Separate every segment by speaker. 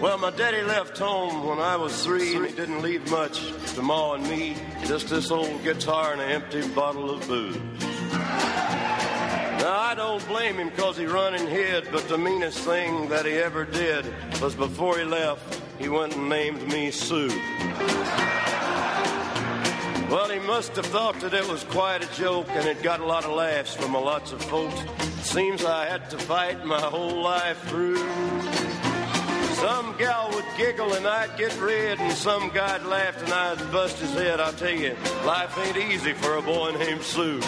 Speaker 1: Well, my daddy left home when I was three, and he didn't leave much to Ma and me. Just this old guitar and an empty bottle of booze. Now, I don't blame him 'cause he run and hid, but the meanest thing that he ever did was before he left, he went and named me Sue. Well, he must have thought that it was quite a joke, and it got a lot of laughs from a lots of folks. Seems I had to fight my whole life through. Some gal would giggle and I'd get red, and some guy'd laugh and I'd bust his head. I'll tell you, life ain't easy for a boy named Sue.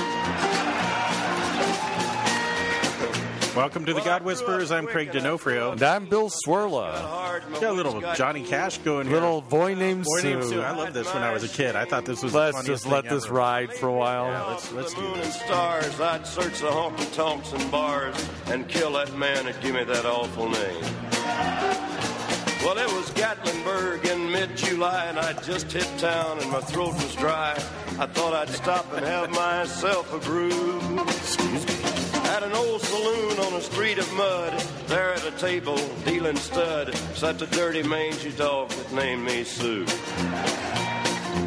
Speaker 2: Welcome to The God Whisperers. I'm Craig D'Onofrio.
Speaker 3: And I'm Bill Swirla.
Speaker 1: Hard, my
Speaker 2: Got a
Speaker 1: wife's
Speaker 2: little
Speaker 1: got
Speaker 2: Johnny Cash going here.
Speaker 3: Little boy named
Speaker 2: Boy named Sue.
Speaker 3: Sue.
Speaker 2: I loved this when I was a kid. I thought this was the
Speaker 3: Let's
Speaker 2: funniest
Speaker 3: just let
Speaker 2: thing
Speaker 3: this
Speaker 2: ever.
Speaker 3: ride for a
Speaker 1: Now,
Speaker 3: while.
Speaker 2: let's-
Speaker 1: for
Speaker 2: let's
Speaker 1: the
Speaker 2: do
Speaker 1: moon
Speaker 2: this.
Speaker 1: and stars, I'd search the honky tonks and bars and kill that man that give me that awful name. Well, it was Gatlinburg in mid-July, and I'd just hit town, and my throat was dry. I thought I'd stop and have myself a brew. At an old saloon on a street of mud, there at a table dealing stud, sat the dirty mangy dog that named me Sue.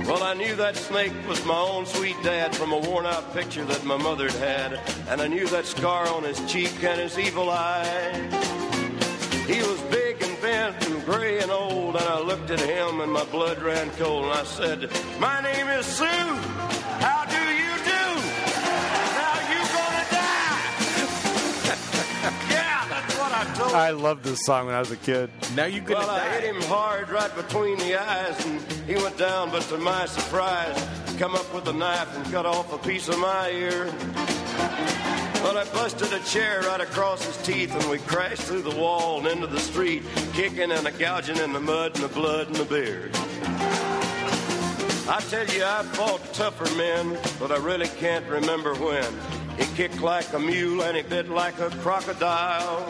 Speaker 1: Well, I knew that snake was my own sweet dad from a worn out picture that my mother'd had. And I knew that scar on his cheek and his evil eye. He was big and bent and gray and old. And I looked at him and my blood ran cold. And I said, My name is Sue. How do you do? Now you gonna die. yeah, that's what I told him.
Speaker 3: I loved this song when I was a kid.
Speaker 2: Now you could
Speaker 1: Well, I hit him hard right between the eyes, and he went down. But to my surprise, come up with a knife and cut off a piece of my ear. Well, I busted a chair right across his teeth, and we crashed through the wall and into the street, kicking and a gouging in the mud and the blood and the beard. I tell you, I fought tougher men, but I really can't remember when. He kicked like a mule and he bit like a crocodile.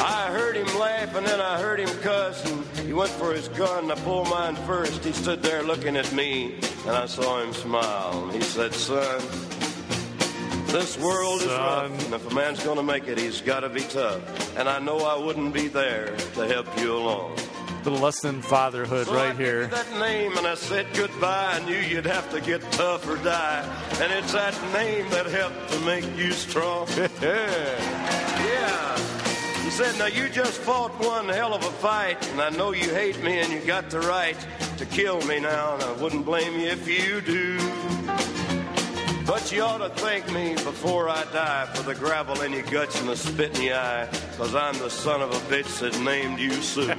Speaker 1: I heard him laugh and then I heard him cuss and he went for his gun. I pulled mine first. He stood there looking at me and I saw him smile. And he said, Son, this world is rough. And if a man's going to make it, he's got to be tough. And I know I wouldn't be there to help you along.
Speaker 3: The lesson in fatherhood
Speaker 1: So I
Speaker 3: right
Speaker 1: gave you
Speaker 3: here.
Speaker 1: That name, and I said goodbye. I knew you'd have to get tough or die, and it's that name that helped to make you strong. yeah. He said, "Now you just fought one hell of a fight, and I know you hate me, and you got the right to kill me now, and I wouldn't blame you if you do." But you ought to thank me before I die for the gravel in your guts and the spit in your eye, because I'm the son of a bitch that named you Sue. Yeah,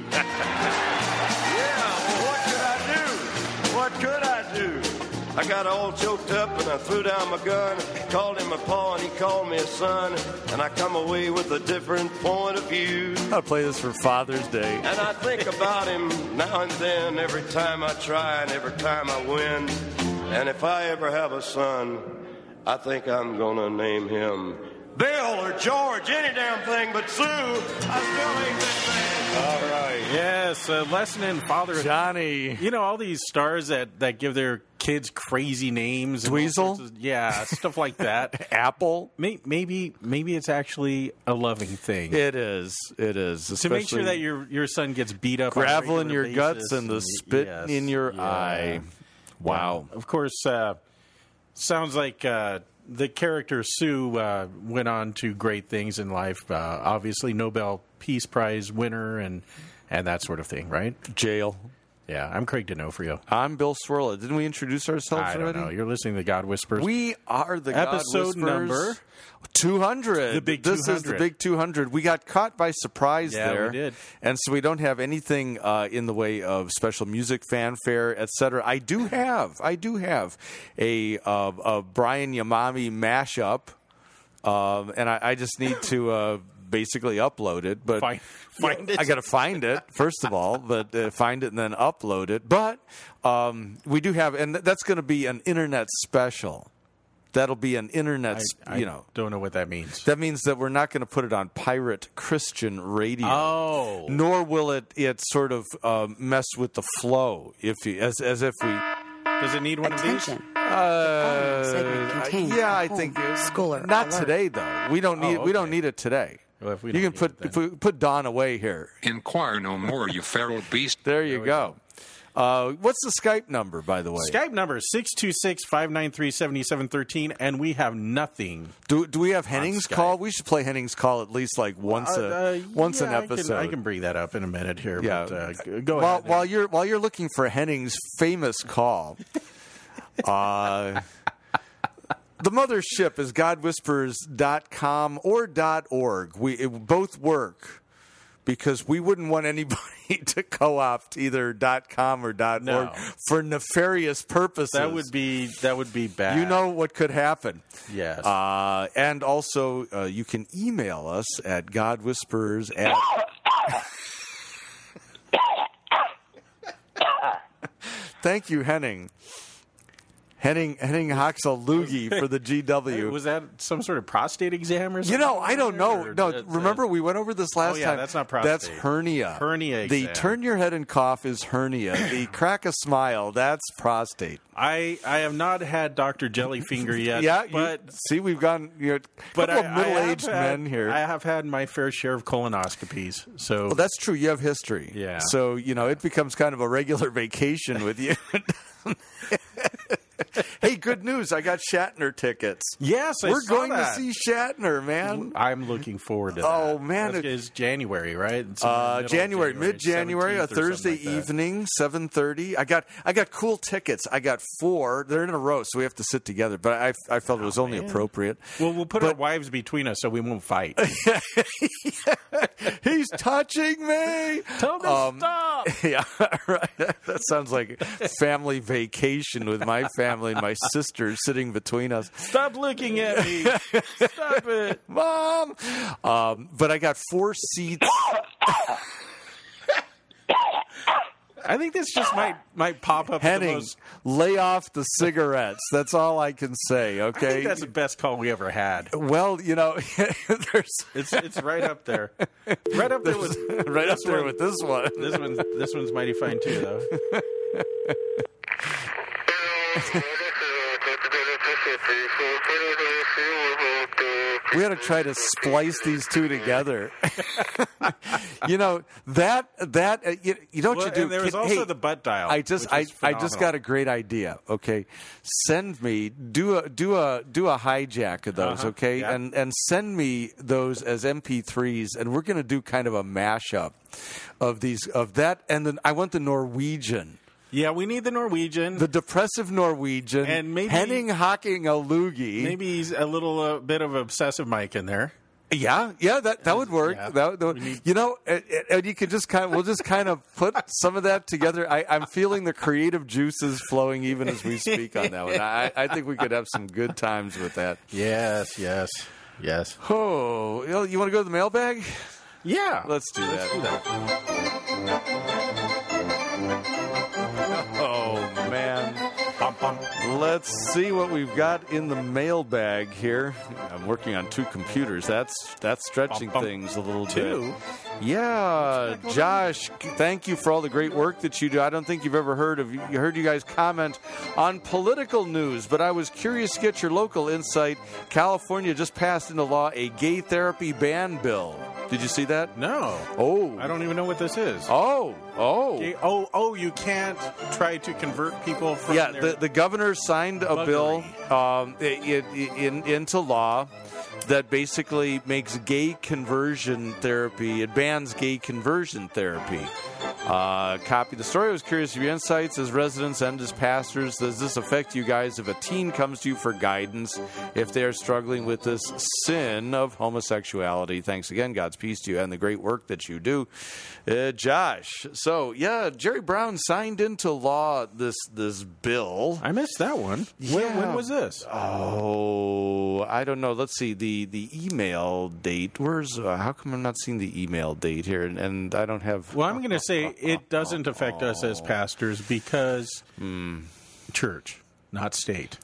Speaker 1: well, what could I do? What could I do? I got all choked up and I threw down my gun, called him a paw and he called me a son, and I come away with a different point of view.
Speaker 3: I play this for Father's Day.
Speaker 1: And I think about him now and then, every time I try and every time I win. And if I ever have a son, I think I'm gonna name him Bill or George, any damn thing but Sue. I still ain't that man.
Speaker 2: All right. Yes, a lesson in fatherhood.
Speaker 3: Johnny.
Speaker 2: You know all these stars that that give their kids crazy names. and all
Speaker 3: Dweezil?
Speaker 2: sorts of- yeah, stuff like that.
Speaker 3: Apple.
Speaker 2: May- Maybe maybe it's actually a loving thing
Speaker 3: It is. It is.
Speaker 2: to make
Speaker 3: especially
Speaker 2: sure that your your son gets beat up. on a
Speaker 3: gravel in
Speaker 2: regular
Speaker 3: your guts
Speaker 2: basis
Speaker 3: and the spit
Speaker 2: yes,
Speaker 3: in your
Speaker 2: yeah.
Speaker 3: eye. Wow.
Speaker 2: Of course, uh, sounds like uh, the character Sue uh, went on to great things in life. Uh, obviously, Nobel Peace Prize winner and and that sort of thing, right?
Speaker 3: Jail.
Speaker 2: Yeah, I'm Craig D'Onofrio.
Speaker 3: I'm Bill Swirla. Didn't we introduce ourselves
Speaker 2: I don't
Speaker 3: already?
Speaker 2: know. You're listening to God Whispers.
Speaker 3: We are the God
Speaker 2: Episode
Speaker 3: Whisperers.
Speaker 2: number?
Speaker 3: 200.
Speaker 2: The big
Speaker 3: This is
Speaker 2: 200.
Speaker 3: the big 200. We got caught by surprise
Speaker 2: Yeah, we
Speaker 3: there.
Speaker 2: did.
Speaker 3: And so we don't have anything uh, in the way of special music, fanfare, etc. I do have, I do have a, uh, a Brian Yamami mashup. um, and I, I just need to uh, basically upload it. But
Speaker 2: Find- find it.
Speaker 3: I got to find it first of all, but uh, find it and then upload it. But um, we do have, and th- that's going to be an internet special. That'll be an internet,
Speaker 2: I,
Speaker 3: s-
Speaker 2: I
Speaker 3: you know.
Speaker 2: don't know what that means.
Speaker 3: That means that we're not going to put it on pirate Christian radio.
Speaker 2: Oh.
Speaker 3: Nor will it it sort of um, mess with the flow if you as as if we.
Speaker 2: Does it need one of
Speaker 4: Attention.
Speaker 2: these?
Speaker 3: Uh,
Speaker 4: segment contains
Speaker 3: yeah, I
Speaker 4: a
Speaker 3: think
Speaker 4: whole schooler
Speaker 3: Not
Speaker 4: alert.
Speaker 3: today though. We don't need we don't
Speaker 2: Oh, okay.
Speaker 3: need it today.
Speaker 2: Well, if we
Speaker 3: you can
Speaker 2: don't need
Speaker 3: put
Speaker 2: it, then.
Speaker 3: if we put Don away here.
Speaker 5: Inquire no more, you feral beast.
Speaker 3: There you go. Uh, what's the Skype number, by the way?
Speaker 2: Skype number 626-593-7713 and we have nothing.
Speaker 3: Do, do we have Henning's
Speaker 2: Skype.
Speaker 3: call? We should play Henning's call at least like once a
Speaker 2: Uh, uh,
Speaker 3: once
Speaker 2: yeah,
Speaker 3: an episode.
Speaker 2: I can, I can bring that up in a minute here.
Speaker 3: Yeah.
Speaker 2: But, uh, g- go
Speaker 3: while,
Speaker 2: ahead.
Speaker 3: while you're while you're looking for Henning's famous call, uh, the mothership is godwhispers.com or .org. We it, both work because we wouldn't want anybody to co-opt either .com or .org
Speaker 2: No.
Speaker 3: for nefarious purposes.
Speaker 2: that would be that would be bad.
Speaker 3: You know what could happen.
Speaker 2: Yes.
Speaker 3: Uh, and also, uh, you can email us at godwhisperers at. Thank you, Henning. Henning Henning Hoxel Loogie for the
Speaker 2: Hey,
Speaker 3: GW.
Speaker 2: was that some sort of prostate exam or something?
Speaker 3: You know, I don't know.
Speaker 2: Or
Speaker 3: No,
Speaker 2: that's
Speaker 3: remember
Speaker 2: it?
Speaker 3: we went over this last
Speaker 2: yeah,
Speaker 3: time.
Speaker 2: that's not
Speaker 3: That's
Speaker 2: prostate.
Speaker 3: hernia.
Speaker 2: Hernia
Speaker 3: The
Speaker 2: exam.
Speaker 3: turn your head and cough is hernia. The crack a smile. That's prostate.
Speaker 2: I I have not had Dr. Jellyfinger yet.
Speaker 3: yeah,
Speaker 2: but
Speaker 3: you, see, we've gone. You know,
Speaker 2: but
Speaker 3: couple
Speaker 2: I- I
Speaker 3: of
Speaker 2: have
Speaker 3: middle-aged
Speaker 2: had-
Speaker 3: men here.
Speaker 2: I have had my fair share of colonoscopies. So
Speaker 3: Well, that's true. You have history.
Speaker 2: Yeah.
Speaker 3: So, you know, it becomes kind of a regular vacation with you. hey, good news. I got Shatner tickets.
Speaker 2: yes, I
Speaker 3: We're
Speaker 2: saw
Speaker 3: going
Speaker 2: that.
Speaker 3: to see Shatner, man.
Speaker 2: I'm looking forward to that.
Speaker 3: Oh, man,
Speaker 2: That's-
Speaker 3: it-
Speaker 2: it's January, right? It's in the
Speaker 3: Uh,
Speaker 2: middle of
Speaker 3: January, mid-January, a
Speaker 2: 17th or
Speaker 3: Thursday
Speaker 2: something like that.
Speaker 3: evening, seven thirty. I got, I got cool tickets. I got four. They're in a row, so we have to sit together. But I, I felt it
Speaker 2: Oh,
Speaker 3: was only appropriate.
Speaker 2: Well, we'll put our
Speaker 3: But-
Speaker 2: wives between us so we won't fight.
Speaker 3: He's touching me.
Speaker 2: Tell me stop.
Speaker 3: Yeah, right. That sounds like family vacation with my family and my sister sitting between us.
Speaker 2: Stop looking at me. Stop it.
Speaker 3: Mom! Um, but I got four seats.
Speaker 2: I think this just might might pop up. as The
Speaker 3: Henning,
Speaker 2: most,
Speaker 3: lay off the cigarettes. That's all I can say,
Speaker 2: I think
Speaker 3: okay?
Speaker 2: that's the best call we ever had.
Speaker 3: well, you know, there's
Speaker 2: It's it's right up there, right up there with
Speaker 3: right up
Speaker 2: this
Speaker 3: there
Speaker 2: one-
Speaker 3: with this one.
Speaker 2: This one's this one's mighty fine too, though.
Speaker 3: We ought to try to splice these two together. you know, that, that, uh, you, you know what
Speaker 2: Well,
Speaker 3: you do?
Speaker 2: and there was
Speaker 3: Can-
Speaker 2: also
Speaker 3: hey,
Speaker 2: the butt dial.
Speaker 3: I just I,
Speaker 2: which is
Speaker 3: I just
Speaker 2: phenomenal.
Speaker 3: got a great idea. Okay, send me do a do a do a hijack of those. Okay,
Speaker 2: Uh-huh. yeah.
Speaker 3: and and send me those as MP3s, and we're gonna do kind of a mashup of these of that, and then I want the Norwegian,
Speaker 2: Yeah, we need the Norwegian.
Speaker 3: the depressive Norwegian,
Speaker 2: And maybe-
Speaker 3: Henning hocking a loogie.
Speaker 2: Maybe he's a little uh, bit of obsessive Mike in there.
Speaker 3: Yeah, yeah, that that would work.
Speaker 2: Yeah.
Speaker 3: That, that- you know, and, and you could just kind of we'll just kind of put some of that together. I, I'm feeling the creative juices flowing even as we speak on that one. I, I think we could have some good times with that.
Speaker 2: Yes, yes, yes.
Speaker 3: Oh, you, know, you want to go to the mailbag?
Speaker 2: Yeah,
Speaker 3: Let's do that. Oh man,
Speaker 2: Bum, bum.
Speaker 3: let's see what we've got in the mailbag here. I'm working on two computers. That's that's stretching
Speaker 2: Bum, bum.
Speaker 3: things a little bit.
Speaker 2: Two.
Speaker 3: Yeah, Josh, thank you for all the great work that you do. I don't think you've ever heard of you heard you guys comment on political news, but I was curious to get your local insight. California just passed into law a gay therapy ban bill. Did you see that?
Speaker 2: No,
Speaker 3: Oh.
Speaker 2: I don't even know what this is.
Speaker 3: Oh, oh.
Speaker 2: Okay, Oh, oh, you can't try to convert people from
Speaker 3: yeah,
Speaker 2: their-
Speaker 3: the, the governor signed a bill
Speaker 2: Buggery.
Speaker 3: um, i i in, into law that basically makes gay conversion therapy, it bans gay conversion therapy. Uh, copy the story. I was curious of your insights as residents and as pastors. Does this affect you guys if a teen comes to you for guidance if they are struggling with this sin of homosexuality? Thanks again. God's peace to you and the great work that you do, uh, Josh. So yeah, Jerry Brown signed into law this this bill.
Speaker 2: I missed that one. When, when
Speaker 3: Yeah.
Speaker 2: was this?
Speaker 3: Oh, I don't know. Let's see the the email date. Where's uh, how come I'm not seeing the email date here? And, and I don't have.
Speaker 2: Well, I'm going to say it doesn't affect us as pastors because
Speaker 3: Hmm.
Speaker 2: church, not state.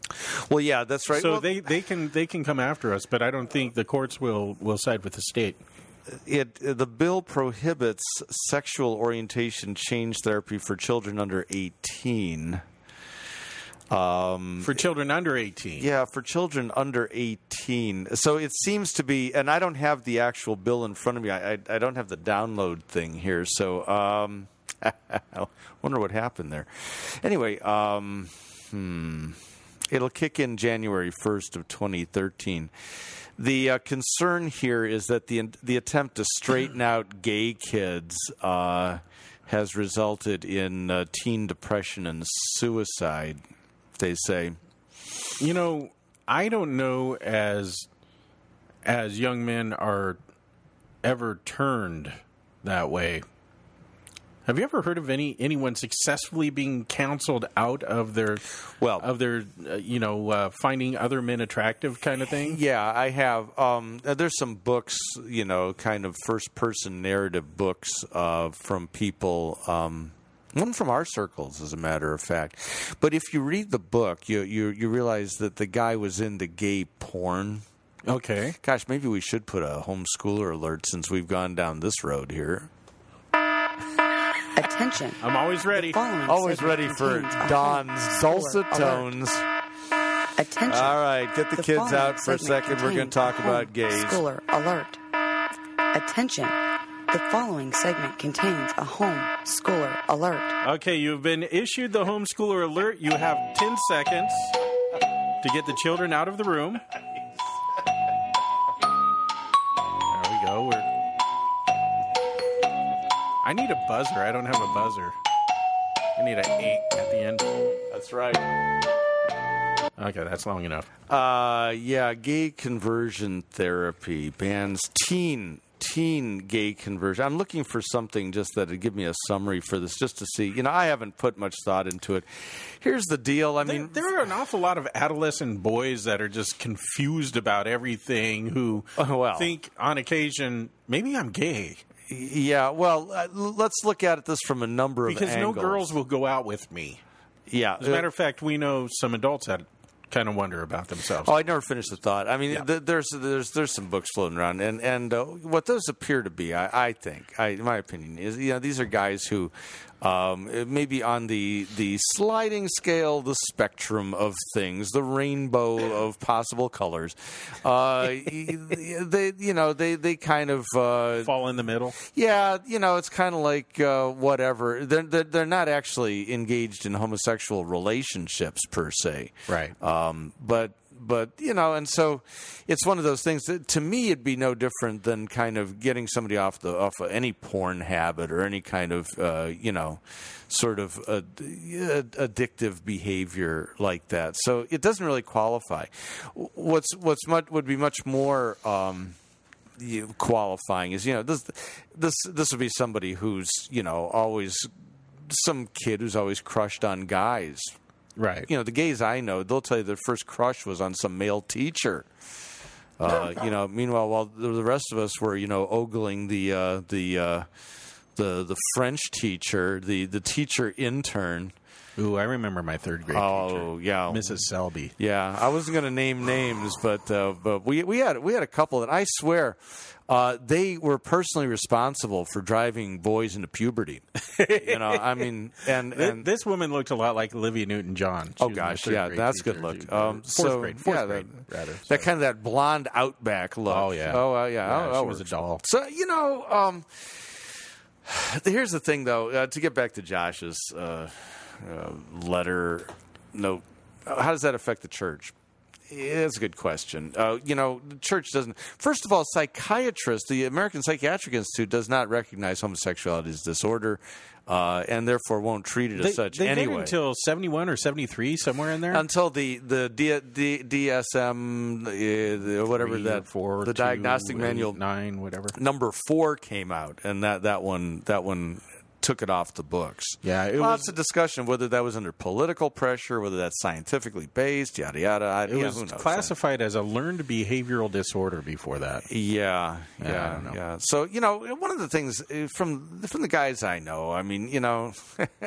Speaker 3: Well, yeah, that's right.
Speaker 2: So
Speaker 3: Well,
Speaker 2: they, they can they can come after us, but I don't think the courts will will side with the state.
Speaker 3: it the bill prohibits sexual orientation change therapy for children under 18
Speaker 2: For children under 18.
Speaker 3: Mm. yeah for children under 18 so it seems to be and i don't have the actual bill in front of me i i, I don't have the download thing here so um i wonder what happened there anyway um It'll kick in January 1st of 2013. The uh, concern here is that the the attempt to straighten out gay kids uh, has resulted in uh, teen depression and suicide. They say.
Speaker 2: You know, I don't know as as young men are ever turned that way. Have you ever heard of any anyone successfully being counseled out of their
Speaker 3: Well-
Speaker 2: of their uh, you know uh, finding other men attractive kind of thing?
Speaker 3: Yeah, I have. Um, uh, there's some books, you know, kind of first person narrative books uh, from people. Um, one from our circles, as a matter of fact. But if you read the book, you you, you realize that the guy was into gay porn.
Speaker 2: Okay.
Speaker 3: Gosh, maybe we should put a homeschooler alert since we've gone down this road here.
Speaker 6: Attention.
Speaker 2: I'm always ready.
Speaker 6: Following
Speaker 3: Always
Speaker 6: segment
Speaker 3: ready for
Speaker 6: contains a
Speaker 3: Don's
Speaker 6: homeschooler
Speaker 3: salsa
Speaker 6: alert.
Speaker 3: tones.
Speaker 6: Attention.
Speaker 3: All right, get the kids
Speaker 6: following
Speaker 3: out for a
Speaker 6: segment
Speaker 3: second. We're going
Speaker 6: contains
Speaker 3: to talk
Speaker 6: a
Speaker 3: about gays.
Speaker 6: Homeschooler alert. Attention. The following segment contains a home schooler alert.
Speaker 2: Okay, you've been issued the homeschooler alert. You have 10 seconds to get the children out of the room. There we go. We're... I need a buzzer. I don't have a buzzer. I need an eight at the end.
Speaker 3: That's right.
Speaker 2: Okay, that's long enough.
Speaker 3: Uh, yeah, gay conversion therapy bans teen teen gay conversion. I'm looking for something just that would give me a summary for this, just to see. You know, I haven't put much thought into it. Here's the deal. I mean,
Speaker 2: there, there are an awful lot of adolescent boys that are just confused about everything who
Speaker 3: Oh, well.
Speaker 2: think on occasion, maybe I'm gay.
Speaker 3: yeah. Well, uh, l- let's look at this from a number of
Speaker 2: Because no
Speaker 3: angles. Uh,
Speaker 2: girls will go out with me.
Speaker 3: Yeah.
Speaker 2: As a matter of fact, we know some adults that kind of wonder about themselves.
Speaker 3: Oh, I never finished the thought. I mean, th- there's there's there's some books floating around, and and uh, what those appear to be, I, I think, I, in my opinion, is you know these are guys who um, it may be on the the sliding scale, the spectrum of things, the rainbow of possible colors. Uh, y- y- they you know they they kind of uh,
Speaker 2: Fall in the middle.
Speaker 3: yeah, you know, it's kind of like uh, whatever. They're, they're they're not actually engaged in homosexual relationships per se,
Speaker 2: Right.
Speaker 3: Um, but but you know, and so it's one of those things that to me it'd be no different than kind of getting somebody off the off of any porn habit or any kind of uh, you know sort of uh, addictive behavior like that. So it doesn't really qualify. What's what's much would be much more. Um, you, qualifying is you know this this this would be somebody who's you know always some kid who's always crushed on guys
Speaker 2: Right.
Speaker 3: you know the gays i know they'll tell you their first crush was on some male teacher uh, you know meanwhile while the the rest of us were you know ogling the uh, the uh, the the french teacher the the teacher intern
Speaker 2: Ooh, I remember my third grade
Speaker 3: oh yeah
Speaker 2: teacher, Mrs. Selby.
Speaker 3: yeah, I wasn't going to name names, but uh, but we we had we had a couple that I swear uh, they were personally responsible for driving boys into puberty. you know, I mean, and
Speaker 2: Th-
Speaker 3: and
Speaker 2: this woman looked a lot like Olivia Newton-John. She
Speaker 3: oh
Speaker 2: was my
Speaker 3: gosh,
Speaker 2: third
Speaker 3: yeah,
Speaker 2: grade
Speaker 3: that's good
Speaker 2: teacher. She-
Speaker 3: look. Um,
Speaker 2: fourth
Speaker 3: so,
Speaker 2: grade, fourth
Speaker 3: yeah,
Speaker 2: grade,
Speaker 3: that,
Speaker 2: rather.
Speaker 3: that
Speaker 2: so-
Speaker 3: kind of that blonde outback look.
Speaker 2: Oh, yeah.
Speaker 3: oh uh, yeah,
Speaker 2: Yeah,
Speaker 3: oh,
Speaker 2: she
Speaker 3: that
Speaker 2: was a
Speaker 3: works.
Speaker 2: doll.
Speaker 3: So you know, um, here's the thing though. Uh, to get back to Josh's uh, uh, letter, no, how does that affect the church? Yeah, That's a good question. Uh, you know, the church doesn't. First of all, psychiatrists, the American Psychiatric Institute does not recognize homosexuality as disorder, uh, and therefore won't treat it
Speaker 2: They,
Speaker 3: as such
Speaker 2: they
Speaker 3: anyway.
Speaker 2: did until 71 or 73, somewhere in there.
Speaker 3: until the the D, D, DSM, uh, the- whatever
Speaker 2: Three or
Speaker 3: that
Speaker 2: four,
Speaker 3: the
Speaker 2: two,
Speaker 3: diagnostic
Speaker 2: eight,
Speaker 3: manual
Speaker 2: nine, whatever.
Speaker 3: number four came out, and that that one that one took it off the books.
Speaker 2: Yeah, it
Speaker 3: lots
Speaker 2: was-
Speaker 3: of discussion whether that was under political pressure, whether that's scientifically based, yada yada. I,
Speaker 2: It was classified as a learned behavioral disorder before that.
Speaker 3: Yeah,
Speaker 2: I
Speaker 3: yeah,
Speaker 2: don't know.
Speaker 3: yeah. So you know, one of the things eh, from from the guys I know, I mean, you know,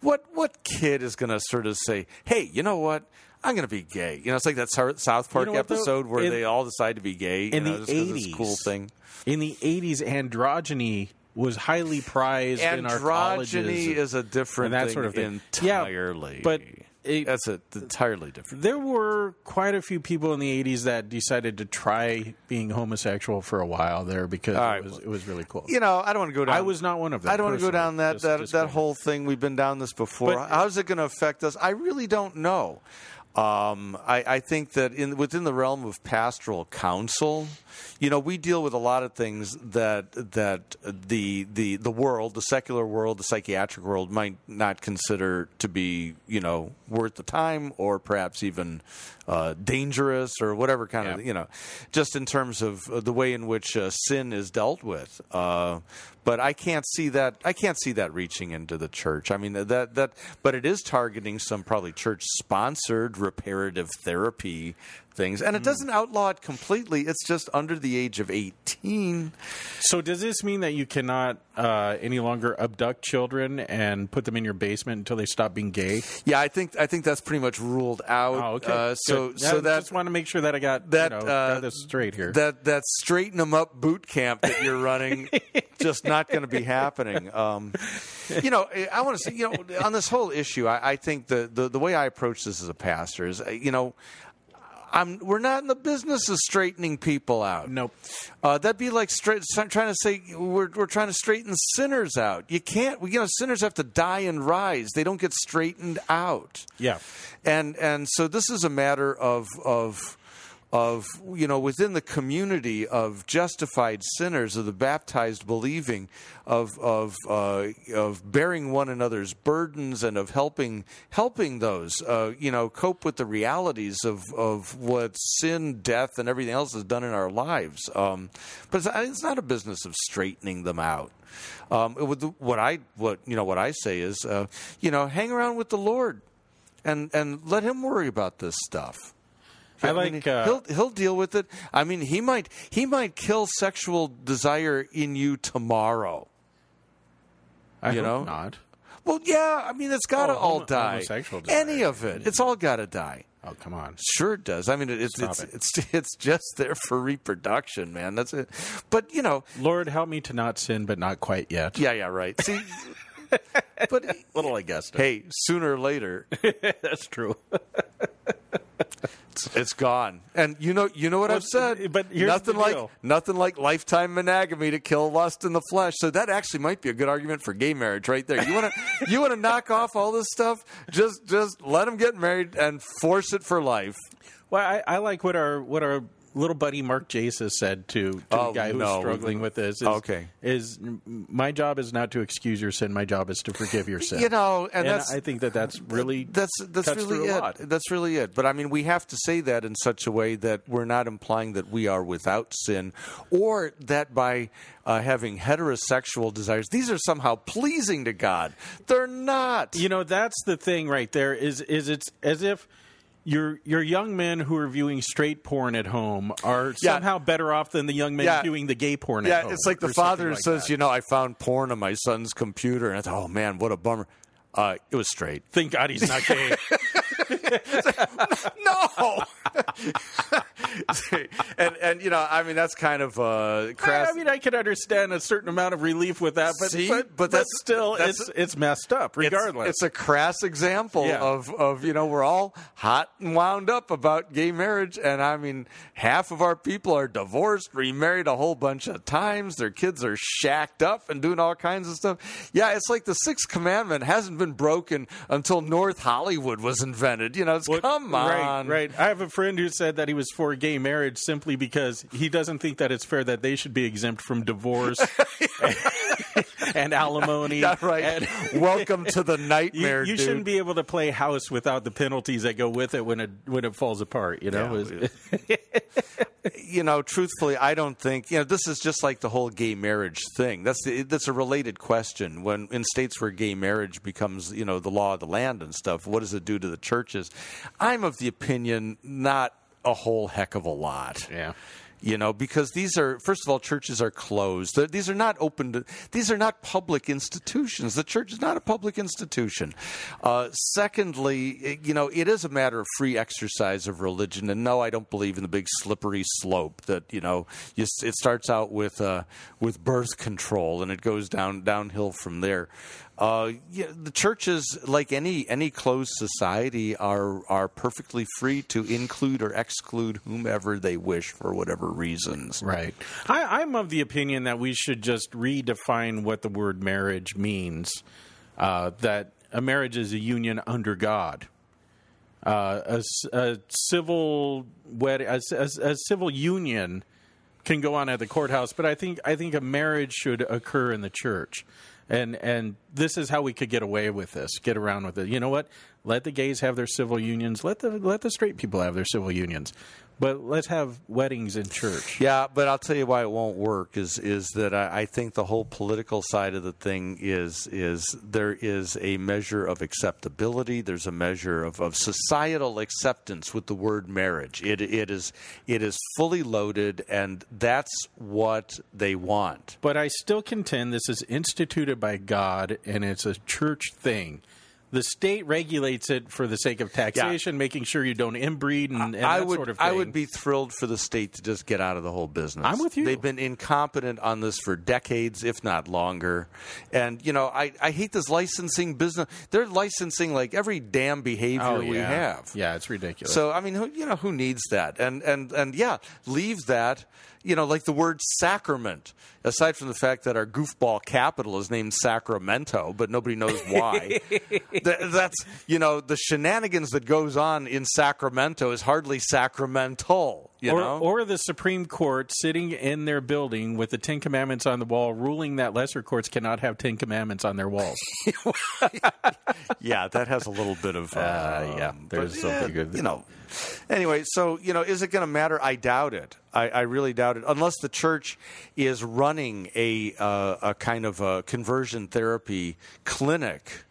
Speaker 3: what what kid is going to sort of say, "Hey, you know what? I'm going to be gay." You know, it's like that Sar- South Park
Speaker 2: know what, though?
Speaker 3: episode where
Speaker 2: In-
Speaker 3: they all decide to be gay
Speaker 2: in
Speaker 3: you know,
Speaker 2: the
Speaker 3: just 'cause it's a cool
Speaker 2: 80s.
Speaker 3: thing.
Speaker 2: In the 80s, androgyny was highly prized in our colleges.
Speaker 3: Androgyny is a different
Speaker 2: and that
Speaker 3: thing
Speaker 2: sort of thing. Yeah,
Speaker 3: entirely.
Speaker 2: but it-
Speaker 3: that's a, entirely different.
Speaker 2: there were quite a few people in the 80s that decided to try being homosexual for a while there because
Speaker 3: right,
Speaker 2: it, was,
Speaker 3: well,
Speaker 2: it was really cool.
Speaker 3: You know, I don't want to go down.
Speaker 2: I was not one of them.
Speaker 3: I don't want to go
Speaker 2: personally,
Speaker 3: down that
Speaker 2: just-
Speaker 3: that,
Speaker 2: just
Speaker 3: that
Speaker 2: kidding.
Speaker 3: whole thing. We've been down this before.
Speaker 2: But-
Speaker 3: How's it going to affect us? I really don't know. Um, I, I think that in within the realm of pastoral counsel, you know, we deal with a lot of things that that the the the world, the secular world, the psychiatric world might not consider to be you know worth the time or perhaps even uh, dangerous or whatever kind of
Speaker 2: Yeah.
Speaker 3: you know, just in terms of uh, the way in which uh, sin is dealt with. Uh, but I can't see that. I can't see that reaching into the church. I mean that that. But it is targeting some probably church-sponsored reparative therapy things, and it
Speaker 2: Hmm.
Speaker 3: doesn't outlaw it completely. It's just under the age of eighteen.
Speaker 2: So does this mean that you cannot uh, any longer abduct children and put them in your basement until they stop being gay?
Speaker 3: Yeah, I think I think that's pretty much ruled out.
Speaker 2: Oh, okay.
Speaker 3: Uh, so
Speaker 2: Good.
Speaker 3: so
Speaker 2: I
Speaker 3: that
Speaker 2: just want to make sure that I got
Speaker 3: that
Speaker 2: you know,
Speaker 3: uh,
Speaker 2: got this straight here.
Speaker 3: That that straighten them up boot camp that you're running, just not going to be happening. Um, you know, eh, I- I want to say, you know, on this whole issue, I, I think the, the the way I approach this as a pastor is, uh, you know. I'm, we're not in the business of straightening people out.
Speaker 2: Nope.
Speaker 3: Uh, that'd be like straight, trying to say we're, we're trying to straighten sinners out. You can't. You know, sinners have to die and rise. They don't get straightened out
Speaker 2: yeah.
Speaker 3: and and so this is a matter of of of you know within the community of justified sinners of the baptized believing of of uh, of bearing one another's burdens and of helping helping those uh, you know cope with the realities of of what sin death and everything else has done in our lives um, but it's, it's not a business of straightening them out um, it would, what I what you know what I say is uh, you know hang around with the Lord and and let him worry about this stuff.
Speaker 2: I
Speaker 3: mean,
Speaker 2: like, uh,
Speaker 3: he'll he'll deal with it. I mean, he might he might kill sexual desire in you tomorrow.
Speaker 2: I
Speaker 3: you
Speaker 2: hope
Speaker 3: know?
Speaker 2: not.
Speaker 3: Well, yeah, I mean, it's got to
Speaker 2: Oh,
Speaker 3: all
Speaker 2: homo-
Speaker 3: die.
Speaker 2: homosexual desire.
Speaker 3: Any of it, it's all got to die.
Speaker 2: Oh come on.
Speaker 3: Sure it does. I mean, it, it's
Speaker 2: Stop
Speaker 3: it's,
Speaker 2: it.
Speaker 3: it's it's just there for reproduction, man. That's it. But you know,
Speaker 2: Lord, help me to not sin, but not quite yet.
Speaker 3: yeah, yeah, right. See, but
Speaker 2: Little, I guess.
Speaker 3: hey, sooner or later,
Speaker 2: that's true.
Speaker 3: It's gone. And you know, you know what
Speaker 2: Well,
Speaker 3: I've said.
Speaker 2: but here's
Speaker 3: nothing
Speaker 2: the
Speaker 3: like
Speaker 2: deal.
Speaker 3: nothing like lifetime monogamy to kill lust in the flesh. So that actually might be a good argument for gay marriage, right there. You want to you want to knock off all this stuff? Just just let them get married and force it for life.
Speaker 2: Well, I, I like what our what our little buddy Mark Jasis said to, to
Speaker 3: Oh,
Speaker 2: the guy who's
Speaker 3: no.
Speaker 2: struggling with this. Is,
Speaker 3: Okay.
Speaker 2: is m- my job is not to excuse your sin. My job is to forgive your sin.
Speaker 3: You know, and,
Speaker 2: and,
Speaker 3: that's
Speaker 2: I think that that's really
Speaker 3: that's that's
Speaker 2: cuts
Speaker 3: really
Speaker 2: through a
Speaker 3: it.
Speaker 2: lot.
Speaker 3: That's really it. But I mean, we have to say that in such a way that we're not implying that we are without sin, or that by uh, having heterosexual desires, these are somehow pleasing to God. They're not.
Speaker 2: you know that's the thing right there is is it's as if your your young men who are viewing straight porn at home are
Speaker 3: Yeah.
Speaker 2: somehow better off than the young men
Speaker 3: Yeah.
Speaker 2: viewing the gay porn at
Speaker 3: Yeah,
Speaker 2: home.
Speaker 3: it's like the
Speaker 2: or something
Speaker 3: father
Speaker 2: like
Speaker 3: says,
Speaker 2: that.
Speaker 3: you know, I found porn on my son's computer, and I thought, oh man, what a bummer. Uh, it was straight.
Speaker 2: Thank God he's not gay.
Speaker 3: No, and and you know, I mean, that's kind of uh, crass.
Speaker 2: I mean, I could understand a certain amount of relief with that, but
Speaker 3: See?
Speaker 2: but,
Speaker 3: But that's-
Speaker 2: still
Speaker 3: that's-
Speaker 2: it's it's messed up
Speaker 3: It's-
Speaker 2: regardless.
Speaker 3: it's, a crass example
Speaker 2: Yeah.
Speaker 3: of of you know we're all hot and wound up about gay marriage, and I mean, half of our people are divorced, remarried a whole bunch of times. Their kids are shacked up and doing all kinds of stuff. Yeah, it's like the sixth commandment hasn't been broken until North Hollywood was invented. You know, it's
Speaker 2: What-
Speaker 3: come on,
Speaker 2: Right, right. I have a friend who said that he was for gay marriage simply because he doesn't think that it's fair that they should be exempt from divorce and alimony.
Speaker 3: Yeah, right.
Speaker 2: and-
Speaker 3: Welcome to the
Speaker 2: You,
Speaker 3: nightmare.
Speaker 2: you
Speaker 3: dude.
Speaker 2: shouldn't be able to play house without the penalties that go with it when it when it falls apart. You know,
Speaker 3: Yeah. you know, truthfully, I don't think you know. This is just like the whole gay marriage thing. That's the, that's a related question. When in states where gay marriage becomes you know the law of the land and stuff, what does it do to the churches? I'm of the opinion not a whole heck of a lot.
Speaker 2: Yeah.
Speaker 3: You know, because these are first of all, churches are closed. They're- these are not open. To, these are not public institutions. The church is not a public institution. Uh, secondly, it- you know, it is a matter of free exercise of religion. And no, I don't believe in the big slippery slope that you know. You, s- it starts out with uh, with birth control, and it goes down downhill from there. Uh, yeah, the churches, like any any closed society, are are perfectly free to include or exclude whomever they wish for whatever reasons.
Speaker 2: Right. I, I'm of the opinion that we should just redefine what the word marriage means. Uh, that a marriage is a union under God. Uh, a s- a, civil wed, a, s- a s- a civil union can go on at the courthouse, but I think I think a marriage should occur in the church, and and this is how we could get away with this, get around with it. You know what? Let the gays have their civil unions. Let the let the straight people have their civil unions, but let's have weddings in church.
Speaker 3: Yeah, but I'll tell you why it won't work is is that I, I think the whole political side of the thing is is there is a measure of acceptability. There's a measure of, of societal acceptance with the word marriage. It it is it is fully loaded, and that's what they want.
Speaker 2: But I still contend this is instituted by God and it's a church thing. The state regulates it for the sake of taxation, making sure you don't inbreed and, and
Speaker 3: I
Speaker 2: that
Speaker 3: would
Speaker 2: sort of thing.
Speaker 3: I would be thrilled for the state to just get out of the whole business.
Speaker 2: I'm with you.
Speaker 3: They've been incompetent on this for decades, if not longer. And you know, I, I hate this licensing business. They're licensing like every damn behavior
Speaker 2: oh, yeah.
Speaker 3: we have.
Speaker 2: Yeah, it's ridiculous.
Speaker 3: So I mean, who, you know, who needs that? And and and yeah, leave that. You know, like the word sacrament. Aside from the fact that our goofball capital is named Sacramento, but nobody knows why. Th- that's you know the shenanigans that goes on in Sacramento is hardly sacramental. You
Speaker 2: or,
Speaker 3: know,
Speaker 2: or the Supreme Court sitting in their building with the Ten Commandments on the wall, ruling that lesser courts cannot have Ten Commandments on their walls.
Speaker 3: yeah, that has a little bit of uh,
Speaker 2: yeah,
Speaker 3: um,
Speaker 2: there's
Speaker 3: but,
Speaker 2: something
Speaker 3: yeah,
Speaker 2: good.
Speaker 3: You know, anyway, so you know, is it going to matter? I doubt it. I, I really doubt it, unless the church is running a uh, a kind of a conversion therapy clinic.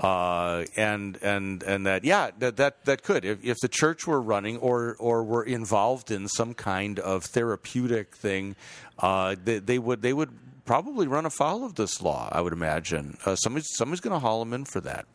Speaker 3: Uh, and and and that yeah that that that could if, if the church were running or or were involved in some kind of therapeutic thing, uh, they, they would they would probably run afoul of this law. I would imagine uh, somebody's somebody's going to haul them in for that.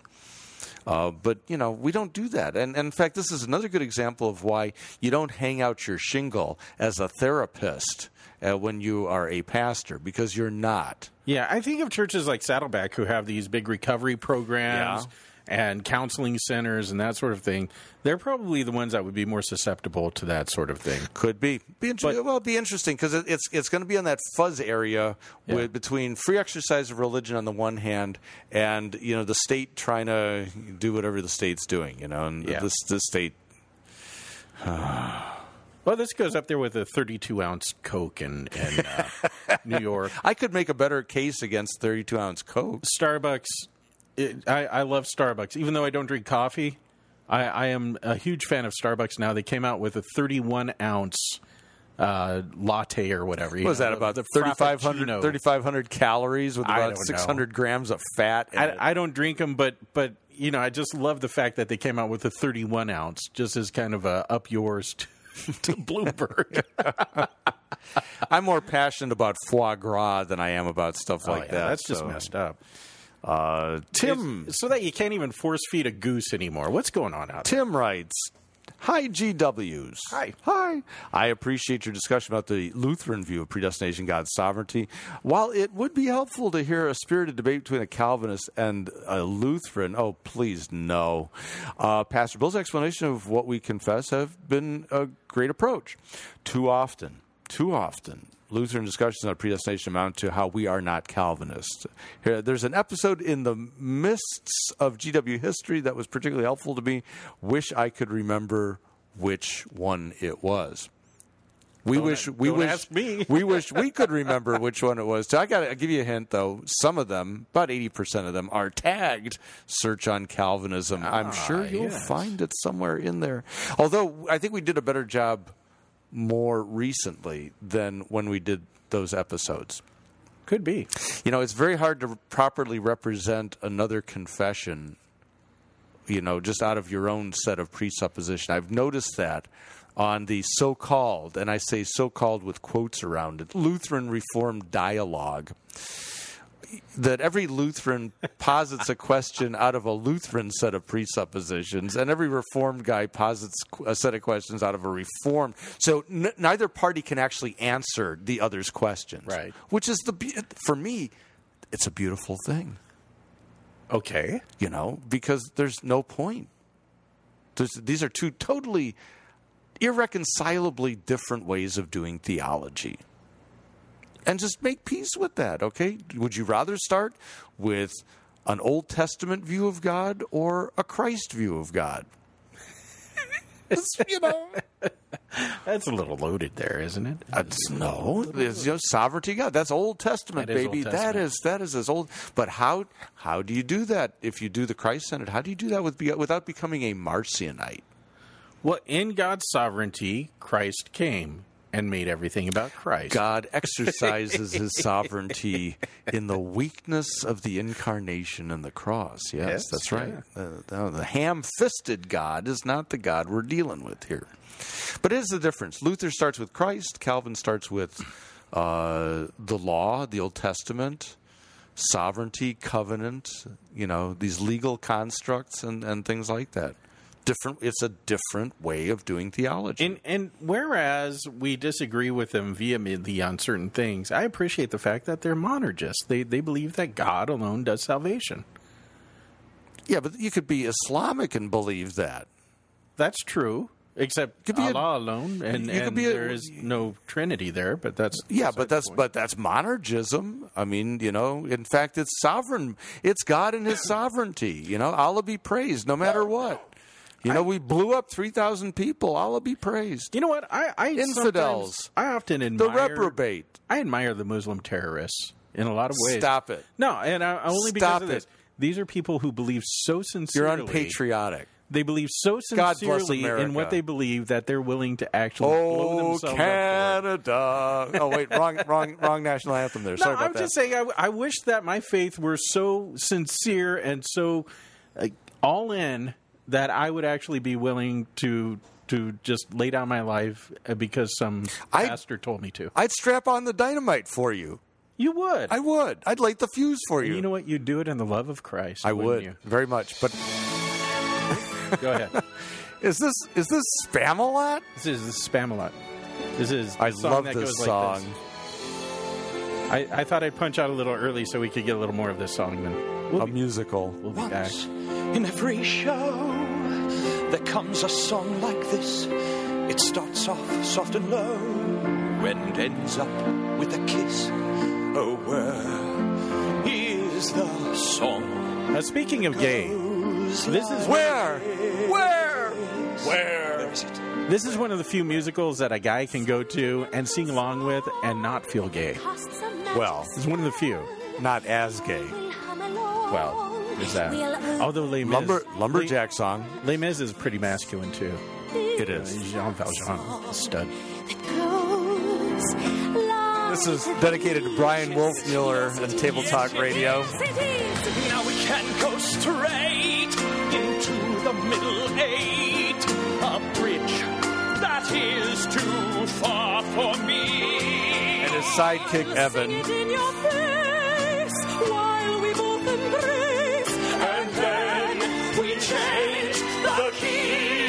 Speaker 3: Uh, but you know we don't do that, and, and in fact, this is another good example of why you don't hang out your shingle as a therapist uh, when you are a pastor because you're not.
Speaker 2: Yeah, I think of churches like Saddleback who have these big recovery programs and counseling centers and that sort of thing. They're probably the ones that would be more susceptible to that sort of thing.
Speaker 3: Could be. be inter-
Speaker 2: But-
Speaker 3: well, it'd be interesting because it, it's it's going to be on that fuzz area with, between free exercise of religion on the one hand, and you know the state trying to do whatever the state's doing. You know, and
Speaker 2: Yeah.
Speaker 3: this this state.
Speaker 2: Well, this goes up there with a 32 ounce Coke in, in uh, New York.
Speaker 3: I could make a better case against thirty-two ounce Coke.
Speaker 2: Starbucks. It, I, I love Starbucks, even though I don't drink coffee. I, I am a huge fan of Starbucks now. They came out with a 31 ounce uh, latte or whatever. you
Speaker 3: What was
Speaker 2: know,
Speaker 3: that about
Speaker 2: the
Speaker 3: 3,500
Speaker 2: Frappuccino.
Speaker 3: 3,500 calories with
Speaker 2: I
Speaker 3: about
Speaker 2: don't know.
Speaker 3: 600 grams of fat? in it?
Speaker 2: I, I don't drink them, but but you know, I just love the fact that they came out with a 31 ounce, just as kind of a up yours to, to Bloomberg.
Speaker 3: I'm more passionate about foie gras than I am about stuff like
Speaker 2: Oh, Yeah,
Speaker 3: that.
Speaker 2: that's just
Speaker 3: so,
Speaker 2: messed up.
Speaker 3: Uh, Tim
Speaker 2: It's- so that you can't even force feed a goose anymore. What's going on out there?
Speaker 3: Tim writes, Hi, GWs.
Speaker 2: Hi.
Speaker 3: Hi. I appreciate your discussion about the Lutheran view of predestination, God's sovereignty. While it would be helpful to hear a spirited debate between a Calvinist and a Lutheran, oh, please no. Uh, Pastor Bill's explanation of what we confess have been a great approach. Too often, too often, Lutheran discussions on predestination amount to how we are not Calvinists. Here, there's an episode in the mists of GW history that was particularly helpful to me. Wish I could remember which one it was. We wish we
Speaker 7: don't
Speaker 3: wish
Speaker 7: ask me.
Speaker 3: we wish we could remember which one it was. So I got to give you a hint though. Some of them, about eighty percent of them, are tagged "Search on Calvinism."
Speaker 7: Ah,
Speaker 3: I'm sure you'll find it somewhere in there. Although I think we did a better job more recently than when we did those episodes.
Speaker 7: Could be.
Speaker 3: You know, it's very hard to properly represent another confession, you know, just out of your own set of presupposition. I've noticed that on the so called, and I say so called with quotes around it, Lutheran Reformed dialogue. That every Lutheran posits a question out of a Lutheran set of presuppositions, and every Reformed guy posits qu- a set of questions out of a Reformed. So n- neither party can actually answer the other's questions
Speaker 2: Right.
Speaker 3: which is the be- for me it's a beautiful thing
Speaker 2: Okay.
Speaker 3: you know because there's no point there's, these are two totally irreconcilably different ways of doing theology and just make peace with that okay would you rather start with an old testament view of god or a christ view of god It's, you know
Speaker 2: That's a little loaded there, isn't it?
Speaker 3: That's no, there's, you know, sovereignty God. That's Old Testament,
Speaker 2: That is
Speaker 3: baby.
Speaker 2: Old
Speaker 3: That
Speaker 2: Testament.
Speaker 3: is that is as old. But how how do you do that if you do the Christ Senate? How do you do that with without becoming a Marcionite?
Speaker 2: Well, in God's sovereignty, Christ came and made everything about Christ.
Speaker 3: God exercises His sovereignty in the weakness of the incarnation and the cross. Yes,
Speaker 2: Yes,
Speaker 3: that's right. The, the- the ham-fisted God is not the God we're dealing with here. But it is the difference. Luther starts with Christ. Calvin starts with uh, the law, the Old Testament. sovereignty, covenant, you know, these legal constructs and, and things like that. Different. It's a different way of doing theology.
Speaker 2: And and whereas we disagree with them vehemently on certain things, I appreciate the fact that they're monergists. They they believe that God alone does salvation.
Speaker 3: yeah, but you could be Islamic and believe that.
Speaker 2: That's true. Except
Speaker 3: Could be a-
Speaker 2: Allah alone, and,
Speaker 3: you could
Speaker 2: and
Speaker 3: be a-
Speaker 2: there is no Trinity there. But that's
Speaker 3: Yeah, but that's but that's monergism. I mean, you know, in fact, it's sovereign. It's God and His sovereignty. You know, Allah be praised, no matter what. You know, we blew up three thousand people. Allah be praised.
Speaker 2: you know what I I
Speaker 3: Infidels.
Speaker 2: sometimes- I often
Speaker 3: The
Speaker 2: admire
Speaker 3: reprobate.
Speaker 2: I admire the Muslim terrorists in a lot of ways.
Speaker 3: Stop it.
Speaker 2: No, and I, only
Speaker 3: Stop
Speaker 2: because of this.
Speaker 3: it.
Speaker 2: These are people who believe so
Speaker 3: You're
Speaker 2: sincerely.
Speaker 3: unpatriotic.
Speaker 2: They believe so
Speaker 3: God bless
Speaker 2: sincerely
Speaker 3: America.
Speaker 2: in what they believe that they're willing to actually blow
Speaker 3: Oh,
Speaker 2: themselves up.
Speaker 3: Canada! Oh, wait, wrong, wrong, wrong national anthem there.
Speaker 2: For it.
Speaker 3: Sorry
Speaker 2: No,
Speaker 3: about
Speaker 2: I'm
Speaker 3: that.
Speaker 2: just saying. I, I wish that my faith were so sincere and so uh, all in that I would actually be willing to to just lay down my life uh, because some
Speaker 3: I-
Speaker 2: pastor told me to.
Speaker 3: I'd strap on the dynamite for you.
Speaker 2: you would.
Speaker 3: I would. I'd light the fuse for you.
Speaker 2: you know what? You'd do it in the love of Christ.
Speaker 3: I would
Speaker 2: wouldn't
Speaker 3: very much. But
Speaker 2: You? Go ahead.
Speaker 3: is this is this spam a lot?
Speaker 2: This is the Spamalot. This is the
Speaker 3: I
Speaker 2: song
Speaker 3: love
Speaker 2: that
Speaker 3: this
Speaker 2: goes
Speaker 3: song.
Speaker 2: Like this. I, I thought I'd punch out a little early so we could get a little more of this song. Then we'll
Speaker 3: a
Speaker 2: be,
Speaker 3: musical.
Speaker 2: we'll be back.
Speaker 5: In every show, there comes a song like this. It starts off soft and low and ends up with a kiss. Oh, where is the song?
Speaker 2: Now, speaking of gay, this is
Speaker 3: Where? Where?
Speaker 5: Where is it?
Speaker 2: this is one of the few musicals that a guy can go to and sing along with and not feel gay.
Speaker 3: Well,
Speaker 2: It's one of the few.
Speaker 3: not as gay.
Speaker 2: Well, is that? Although Les Mis,
Speaker 3: Lumber lumberjack song.
Speaker 2: Les, Les Mis is pretty masculine too. Uh,
Speaker 3: It
Speaker 2: Jean Valjean, a stud.
Speaker 3: This is dedicated to Brian Wolfmuller and Table Talk Radio.
Speaker 5: Now we can go straight into the middle eight. A bridge that is too far for me.
Speaker 3: And his sidekick Evan.
Speaker 5: And then we change the key.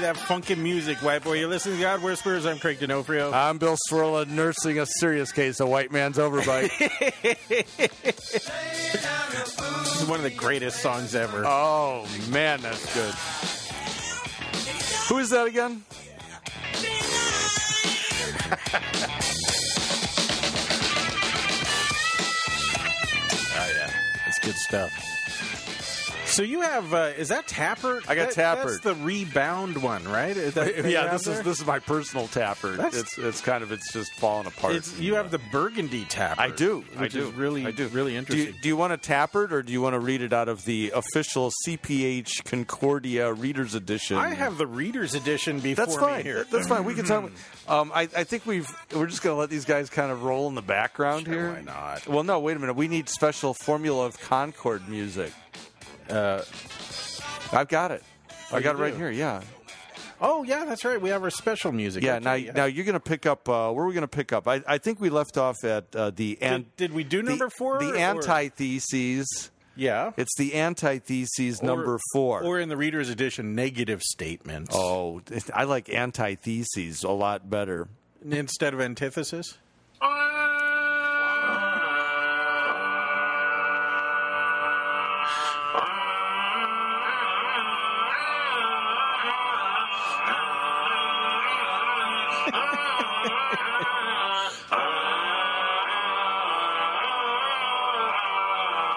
Speaker 2: that funkin' music, white boy. You're listening to God Whispers. I'm Craig D'Onofrio.
Speaker 3: I'm Bill Swirla, nursing a serious case of white man's overbite.
Speaker 2: this is one of the greatest songs ever.
Speaker 3: oh man, that's good. Who is that again? Oh,
Speaker 2: That's good stuff. So you have uh, is that Tapper?
Speaker 3: I got
Speaker 2: That-
Speaker 3: Tappert.
Speaker 2: That's the rebound one, right? Is that thing
Speaker 3: Yeah,
Speaker 2: out
Speaker 3: this is
Speaker 2: there?
Speaker 3: this is my personal tapper.
Speaker 2: That's-
Speaker 3: It's it's kind of it's just falling apart.
Speaker 2: It's, you have the burgundy tapper.
Speaker 3: I do. I
Speaker 2: which
Speaker 3: do.
Speaker 2: Is really,
Speaker 3: I do.
Speaker 2: really
Speaker 3: Do
Speaker 2: interesting.
Speaker 3: you, do you want to tap it or do you want to read it out of the official CPH Concordia Reader's Edition?
Speaker 2: I have the reader's edition before
Speaker 3: That's fine.
Speaker 2: me here.
Speaker 3: That's fine. We can talk. Um, I, I think we've we're just going to let these guys kind of roll in the background here.
Speaker 2: why not?
Speaker 3: Well, no. Wait a minute. We need special formula of Concord music. Uh, I've got it. I
Speaker 2: you
Speaker 3: got it right
Speaker 2: do?
Speaker 3: here. Yeah.
Speaker 2: Oh yeah, that's right. We have our special music.
Speaker 3: Yeah.
Speaker 2: Okay,
Speaker 3: now, now you're going to pick up. Uh, where are we going to pick up? I, I think we left off at uh, the and
Speaker 2: did we do number four,
Speaker 3: The
Speaker 2: or-
Speaker 3: antitheses.
Speaker 2: yeah.
Speaker 3: It's the antitheses number
Speaker 2: Or-
Speaker 3: four.
Speaker 2: or in the reader's edition, negative statements
Speaker 3: oh, I like antitheses a lot better.
Speaker 2: instead of antithesis.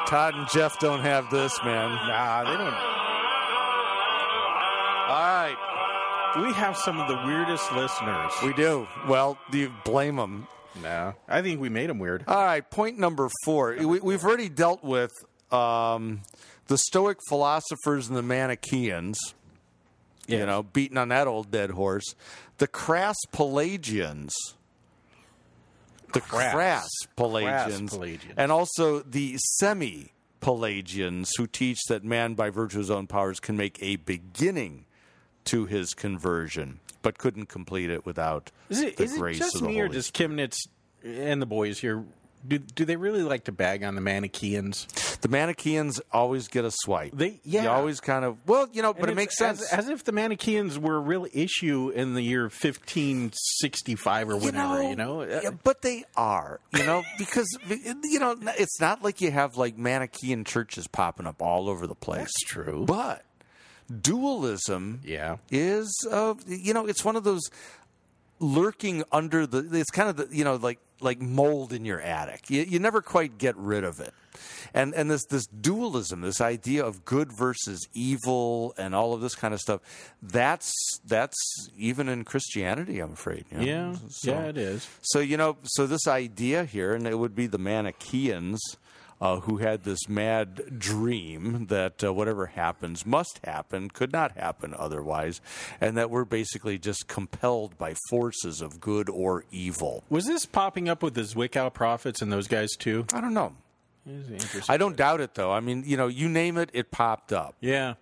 Speaker 3: Todd and Jeff don't have this, man.
Speaker 2: Nah, they don't.
Speaker 3: All right,
Speaker 2: We have some of the weirdest listeners.
Speaker 3: we do. Well, do you blame them?
Speaker 2: no, I think we made them weird.
Speaker 3: All right, point number four. We, we've already dealt with um, the Stoic philosophers and the Manichaeans. You know, beating on that old dead horse. The crass Pelagians. The crass,
Speaker 2: Crass.
Speaker 3: Pelagians,
Speaker 2: Crass Pelagians.
Speaker 3: And also the semi Pelagians who teach that man, by virtue of his own powers, can make a beginning to his conversion, but couldn't complete it without
Speaker 2: Is it,
Speaker 3: the
Speaker 2: is it
Speaker 3: grace
Speaker 2: just
Speaker 3: of the
Speaker 2: me or
Speaker 3: Holy
Speaker 2: does Kimnitz and the boys here? Do, do they really like to bag on the Manichaeans?
Speaker 3: The Manichaeans always get a swipe.
Speaker 2: They-
Speaker 3: You
Speaker 2: yeah.
Speaker 3: always kind of well, you know, but
Speaker 2: And
Speaker 3: it makes
Speaker 2: it's as-
Speaker 3: sense.
Speaker 2: As, if the Manichaeans were a real issue in the year 1565 or whenever, you know? Uh,
Speaker 3: Yeah, but they are, you know, because you know it's not like you have like Manichaean churches popping up all over the place.
Speaker 2: That's true.
Speaker 3: But dualism,
Speaker 2: Yeah.
Speaker 3: is uh, you know it's one of those lurking under the. It's kind of the you know like like mold in your attic. You, you never quite get rid of it. And and this this dualism, this idea of good versus evil, and all of this kind of stuff. That's that's even in Christianity, I'm afraid. you know?
Speaker 2: Yeah.
Speaker 3: So-
Speaker 2: yeah, it is.
Speaker 3: so you know, so this idea here, and it would be the Manichaeans uh, who had this mad dream that uh, whatever happens must happen, could not happen otherwise, and that we're basically just compelled by forces of good or evil.
Speaker 2: Was this popping up with the Zwickau prophets and those guys too?
Speaker 3: I don't know.
Speaker 2: It's interesting.
Speaker 3: I don't doubt it though. I mean, you know, you name it, it popped up.
Speaker 2: yeah.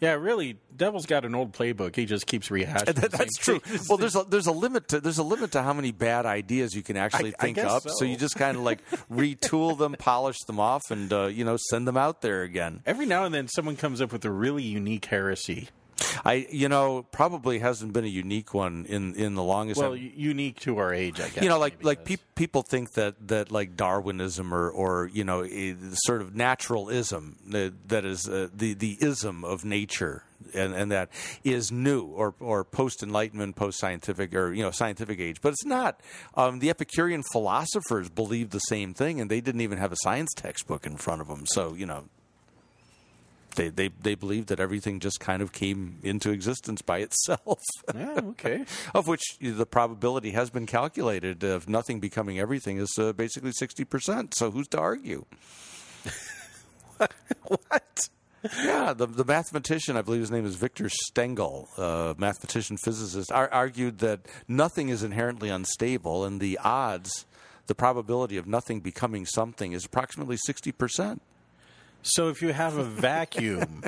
Speaker 2: Yeah, really, Devil's got an old playbook. He just keeps rehashing. the
Speaker 3: That- that's
Speaker 2: same
Speaker 3: true.
Speaker 2: things.
Speaker 3: Well, there's a there's a limit to there's a limit to how many bad ideas you can actually
Speaker 2: I
Speaker 3: think
Speaker 2: guess
Speaker 3: up.
Speaker 2: so.
Speaker 3: you just kind of like retool them, polish them off, and uh, you know send them out there again.
Speaker 2: Every now and then someone comes up with a really unique heresy.
Speaker 3: I you know probably hasn't been a unique one in in the longest
Speaker 2: Well,
Speaker 3: time.
Speaker 2: u- unique to our age, I guess.
Speaker 3: You know, like
Speaker 2: maybe
Speaker 3: like
Speaker 2: that's-
Speaker 3: peop people think that that like Darwinism or or you know eh, sort of naturalism that, that is uh, the the ism of nature and, and that is new or or post enlightenment post scientific or you know scientific age, but it's not. Um, the Epicurean philosophers believed the same thing, and they didn't even have a science textbook in front of them. So you know. They, they they believed that everything just kind of came into existence by itself.
Speaker 2: Yeah, Oh, okay.
Speaker 3: of which the probability has been calculated of nothing becoming everything is uh, basically 60%. So who's to argue?
Speaker 2: what?
Speaker 3: Yeah, the, the mathematician, I believe his name is Victor Stengel, uh, mathematician physicist, ar- argued that nothing is inherently unstable and the odds, the probability of nothing becoming something is approximately 60%.
Speaker 2: So if you have a vacuum,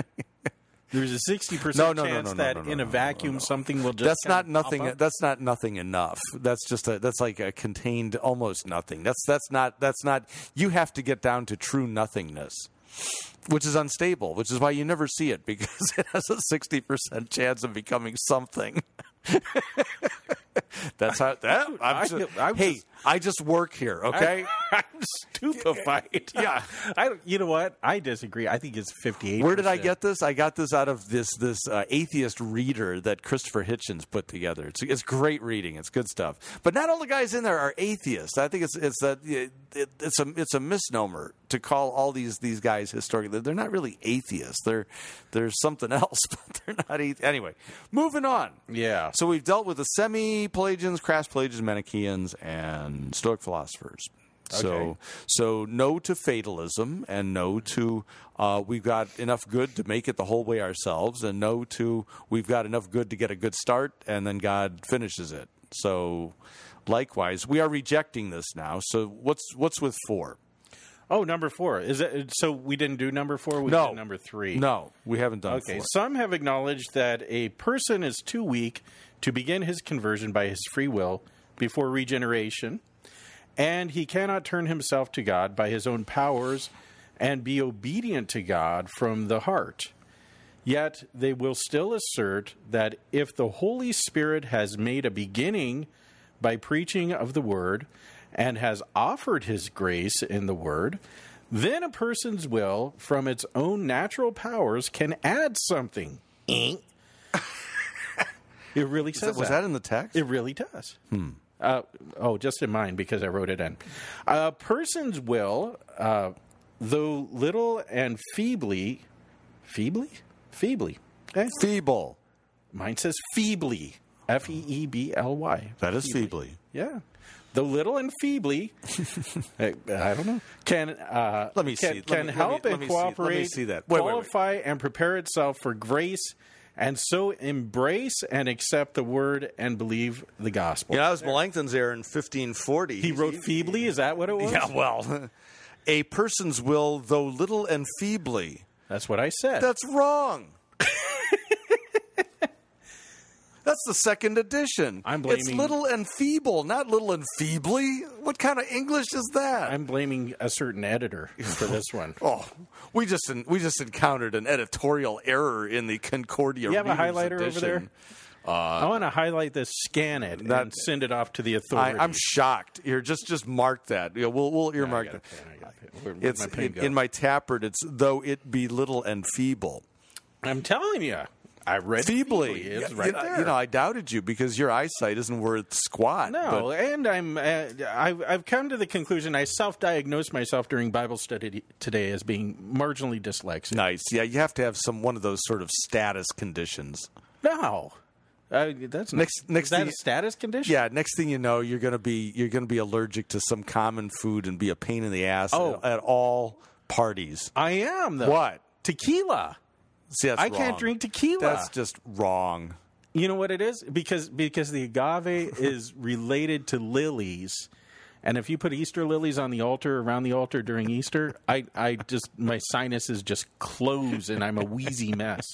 Speaker 2: there's a sixty
Speaker 3: No,
Speaker 2: percent
Speaker 3: no, no, no,
Speaker 2: chance
Speaker 3: no,
Speaker 2: that
Speaker 3: no, no,
Speaker 2: in
Speaker 3: no,
Speaker 2: a
Speaker 3: no,
Speaker 2: vacuum
Speaker 3: no.
Speaker 2: something will just.
Speaker 3: That's
Speaker 2: kind
Speaker 3: not
Speaker 2: of
Speaker 3: nothing.
Speaker 2: pop up.
Speaker 3: That's not nothing enough. That's just a. That's like a contained, almost nothing. That's that's not. That's not. You have to get down to true nothingness. which is unstable, which is why you never see it because it has a 60% chance of becoming something. That's how that I'm
Speaker 2: I-
Speaker 3: ju-
Speaker 2: I'm
Speaker 3: hey,
Speaker 2: just-
Speaker 3: I just work here, okay?
Speaker 2: I'm stupefied.
Speaker 3: Yeah.
Speaker 2: I don't, you know what? I disagree. I think it's 58.
Speaker 3: Where did I get this? I got this out of this this uh, atheist reader that Christopher Hitchens put together. It's, it's great reading. It's good stuff. But not all the guys in there are atheists. I think it's it's that it, it's a it's a misnomer to call all these these guys historically. They're not really atheists. They're they're something else, but they're not atheists. Anyway, moving on.
Speaker 2: Yeah.
Speaker 3: So we've dealt with the semi-Pelagians, crass-Pelagians, Manichaeans, and Stoic philosophers. So,
Speaker 2: Okay.
Speaker 3: so no to fatalism, and no to uh, we've got enough good to make it the whole way ourselves, and no to we've got enough good to get a good start, and then God finishes it. So, likewise, we are rejecting this now. So, what's what's with four?
Speaker 2: Oh, number four. Is it so? We didn't do number four. We
Speaker 3: No.
Speaker 2: did number three.
Speaker 3: No, we haven't done.
Speaker 2: Okay.
Speaker 3: four.
Speaker 2: Some have acknowledged that a person is too weak to begin his conversion by his free will before regeneration, and he cannot turn himself to God by his own powers and be obedient to God from the heart. Yet they will still assert that if the Holy Spirit has made a beginning by preaching of the Word and has offered His grace in the Word, then a person's will, from its own natural powers, can add something. Eek. it really says
Speaker 3: was that in the text?
Speaker 2: it really does.
Speaker 3: Hmm.
Speaker 2: Uh, oh, just in mine because I wrote it in. A person's will, uh, though little and feebly, feebly, feebly. Eh?
Speaker 3: Feeble.
Speaker 2: Mine says feebly. F e e b l y.
Speaker 3: That is feebly.
Speaker 2: Yeah. Though little and feebly, I, I don't know. Can uh,
Speaker 3: Let me
Speaker 2: can,
Speaker 3: see. Let
Speaker 2: can
Speaker 3: me- let me-
Speaker 2: help
Speaker 3: let
Speaker 2: and
Speaker 3: me see. Let me
Speaker 2: cooperate.
Speaker 3: see that. Wait, wait, wait.
Speaker 2: qualify and prepare itself for grace, and so embrace and accept the word and believe the gospel.
Speaker 3: Yeah, that was Melanchthon's error in 1540.
Speaker 2: He wrote feebly. Is that what it was?
Speaker 3: Yeah, well, a person's will, though little and feebly.
Speaker 2: That's what I said.
Speaker 3: That's wrong. That's the second edition.
Speaker 2: I'm
Speaker 3: It's
Speaker 2: blaming-
Speaker 3: little and feeble, not little and feebly. What kind of English is that?
Speaker 2: I'm blaming a certain editor for this one.
Speaker 3: Oh, we just we just encountered an editorial error in the Concordia.
Speaker 2: You have a
Speaker 3: Reader's
Speaker 2: highlighter over
Speaker 3: edition.
Speaker 2: there? I want to highlight this, scan it, and
Speaker 3: That-
Speaker 2: send it off to the
Speaker 3: I,
Speaker 2: authorities.
Speaker 3: I'm shocked. Here, just just mark that. Yeah, we'll we'll earmark that. It's
Speaker 2: my pen
Speaker 3: in,
Speaker 2: go?
Speaker 3: in my Taproot. It's though it be little and feeble.
Speaker 2: I'm telling you, I read
Speaker 3: feebly.
Speaker 2: It's
Speaker 3: You-
Speaker 2: right
Speaker 3: you, know,
Speaker 2: there.
Speaker 3: you know, I doubted you because your eyesight isn't worth squat.
Speaker 2: no, and I'm uh, I've, I've come to the conclusion I self-diagnosed myself during Bible study today as being marginally dyslexic.
Speaker 3: but- nice. Yeah, you have to have some one of those sort of status conditions.
Speaker 2: No, Uh, that's not,
Speaker 3: Next- next
Speaker 2: is that
Speaker 3: thing-
Speaker 2: a status condition?
Speaker 3: Yeah, next thing you know, you're gonna be you're gonna be allergic to some common food and be a pain in the ass
Speaker 2: Oh.
Speaker 3: at, at all parties.
Speaker 2: I am though.
Speaker 3: What?
Speaker 2: tequila?
Speaker 3: See, that's
Speaker 2: I can't
Speaker 3: wrong.
Speaker 2: drink tequila.
Speaker 3: That's just wrong.
Speaker 2: You know what it is? Because because the agave is related to lilies. And if you put Easter lilies on the altar around the altar during Easter, I, I just my sinuses just close and I'm a wheezy mess.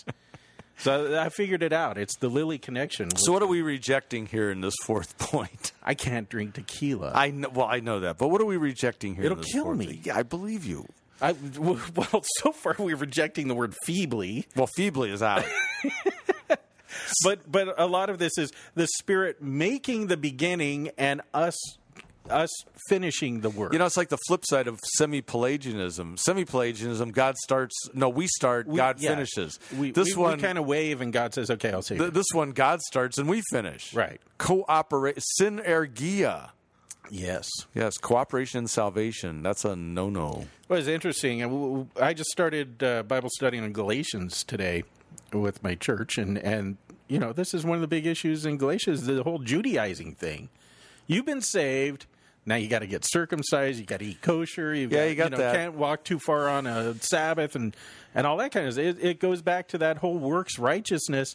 Speaker 2: So I figured it out. It's the lily connection.
Speaker 3: So what are we rejecting here in this fourth point?
Speaker 2: I can't drink tequila.
Speaker 3: I know, well, I know that, but what are we rejecting here? in
Speaker 2: It'll
Speaker 3: this
Speaker 2: kill
Speaker 3: fourth
Speaker 2: me.
Speaker 3: thing? Yeah, I believe you.
Speaker 2: I, w- well, so far we're rejecting the word feebly,
Speaker 3: Well, feebly is out.
Speaker 2: but but a lot of this is the spirit making the beginning and us us finishing the work.
Speaker 3: You know, it's like the flip side of semi-Pelagianism. Semi-Pelagianism, God starts. No, we start.
Speaker 2: We-
Speaker 3: God
Speaker 2: yeah.
Speaker 3: finishes.
Speaker 2: We,
Speaker 3: this
Speaker 2: we-
Speaker 3: one,
Speaker 2: we kind of wave, and God says, "Okay, I'll see."
Speaker 3: th- this one, God starts and we finish.
Speaker 2: Right.
Speaker 3: Cooperate. Synergia.
Speaker 2: yes.
Speaker 3: Yes, cooperation and salvation. That's a no-no.
Speaker 2: Well, it's interesting. I- w- w- I just started uh, Bible study on Galatians today with my church, and and you know this is one of the big issues in Galatians: the whole Judaizing thing. You've been saved. Now you got to get circumcised. You got to eat kosher. You've
Speaker 3: Yeah, you got
Speaker 2: know,
Speaker 3: that.
Speaker 2: Can't walk too far on a Sabbath, and and all that kind of. Stuff. It, it goes back to that whole works righteousness.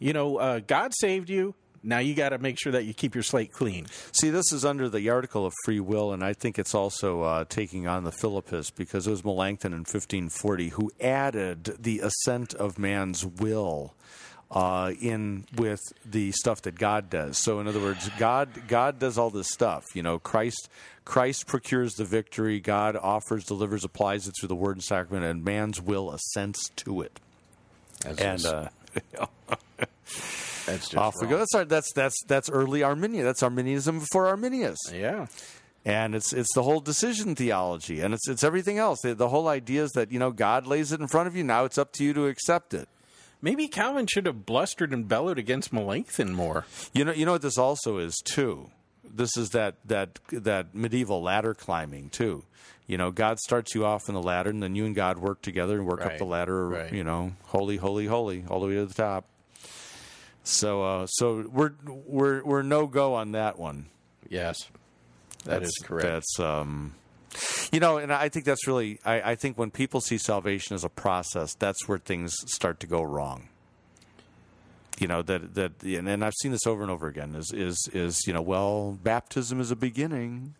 Speaker 2: You know, uh, God saved you. Now you got to make sure that you keep your slate clean.
Speaker 3: See, this is under the article of free will, and I think it's also uh, taking on the Philippus because it was Melanchthon in 1540 who added the assent of man's will uh, in with the stuff that God does. So in other words, God God does all this stuff. You know, Christ Christ procures the victory. God offers, delivers, applies it through the word and sacrament, and man's will assents to it. and uh,
Speaker 2: That's just
Speaker 3: off we go. That's, our, that's that's that's early Arminian. That's Arminianism before Arminius
Speaker 2: Yeah.
Speaker 3: and it's it's the whole decision theology and it's it's everything else the, the whole idea is that you know god lays it in front of you now it's up to you to accept it
Speaker 2: Maybe Calvin should have blustered and bellowed against Melanchthon more.
Speaker 3: you know you know what this also is too this is that that that medieval ladder climbing too you know god starts you off in the ladder and then you and god work together and work up
Speaker 2: Right,
Speaker 3: the ladder
Speaker 2: right.
Speaker 3: you know holy holy holy all the way to the top so uh so we're we're we're no go on that one
Speaker 2: Yes. that is correct.
Speaker 3: That's um, you know, and I think that's really. I, I think when people see salvation as a process, that's where things start to go wrong. You know that that, and, and I've seen this over and over again. Is is is you know, well, baptism is a beginning.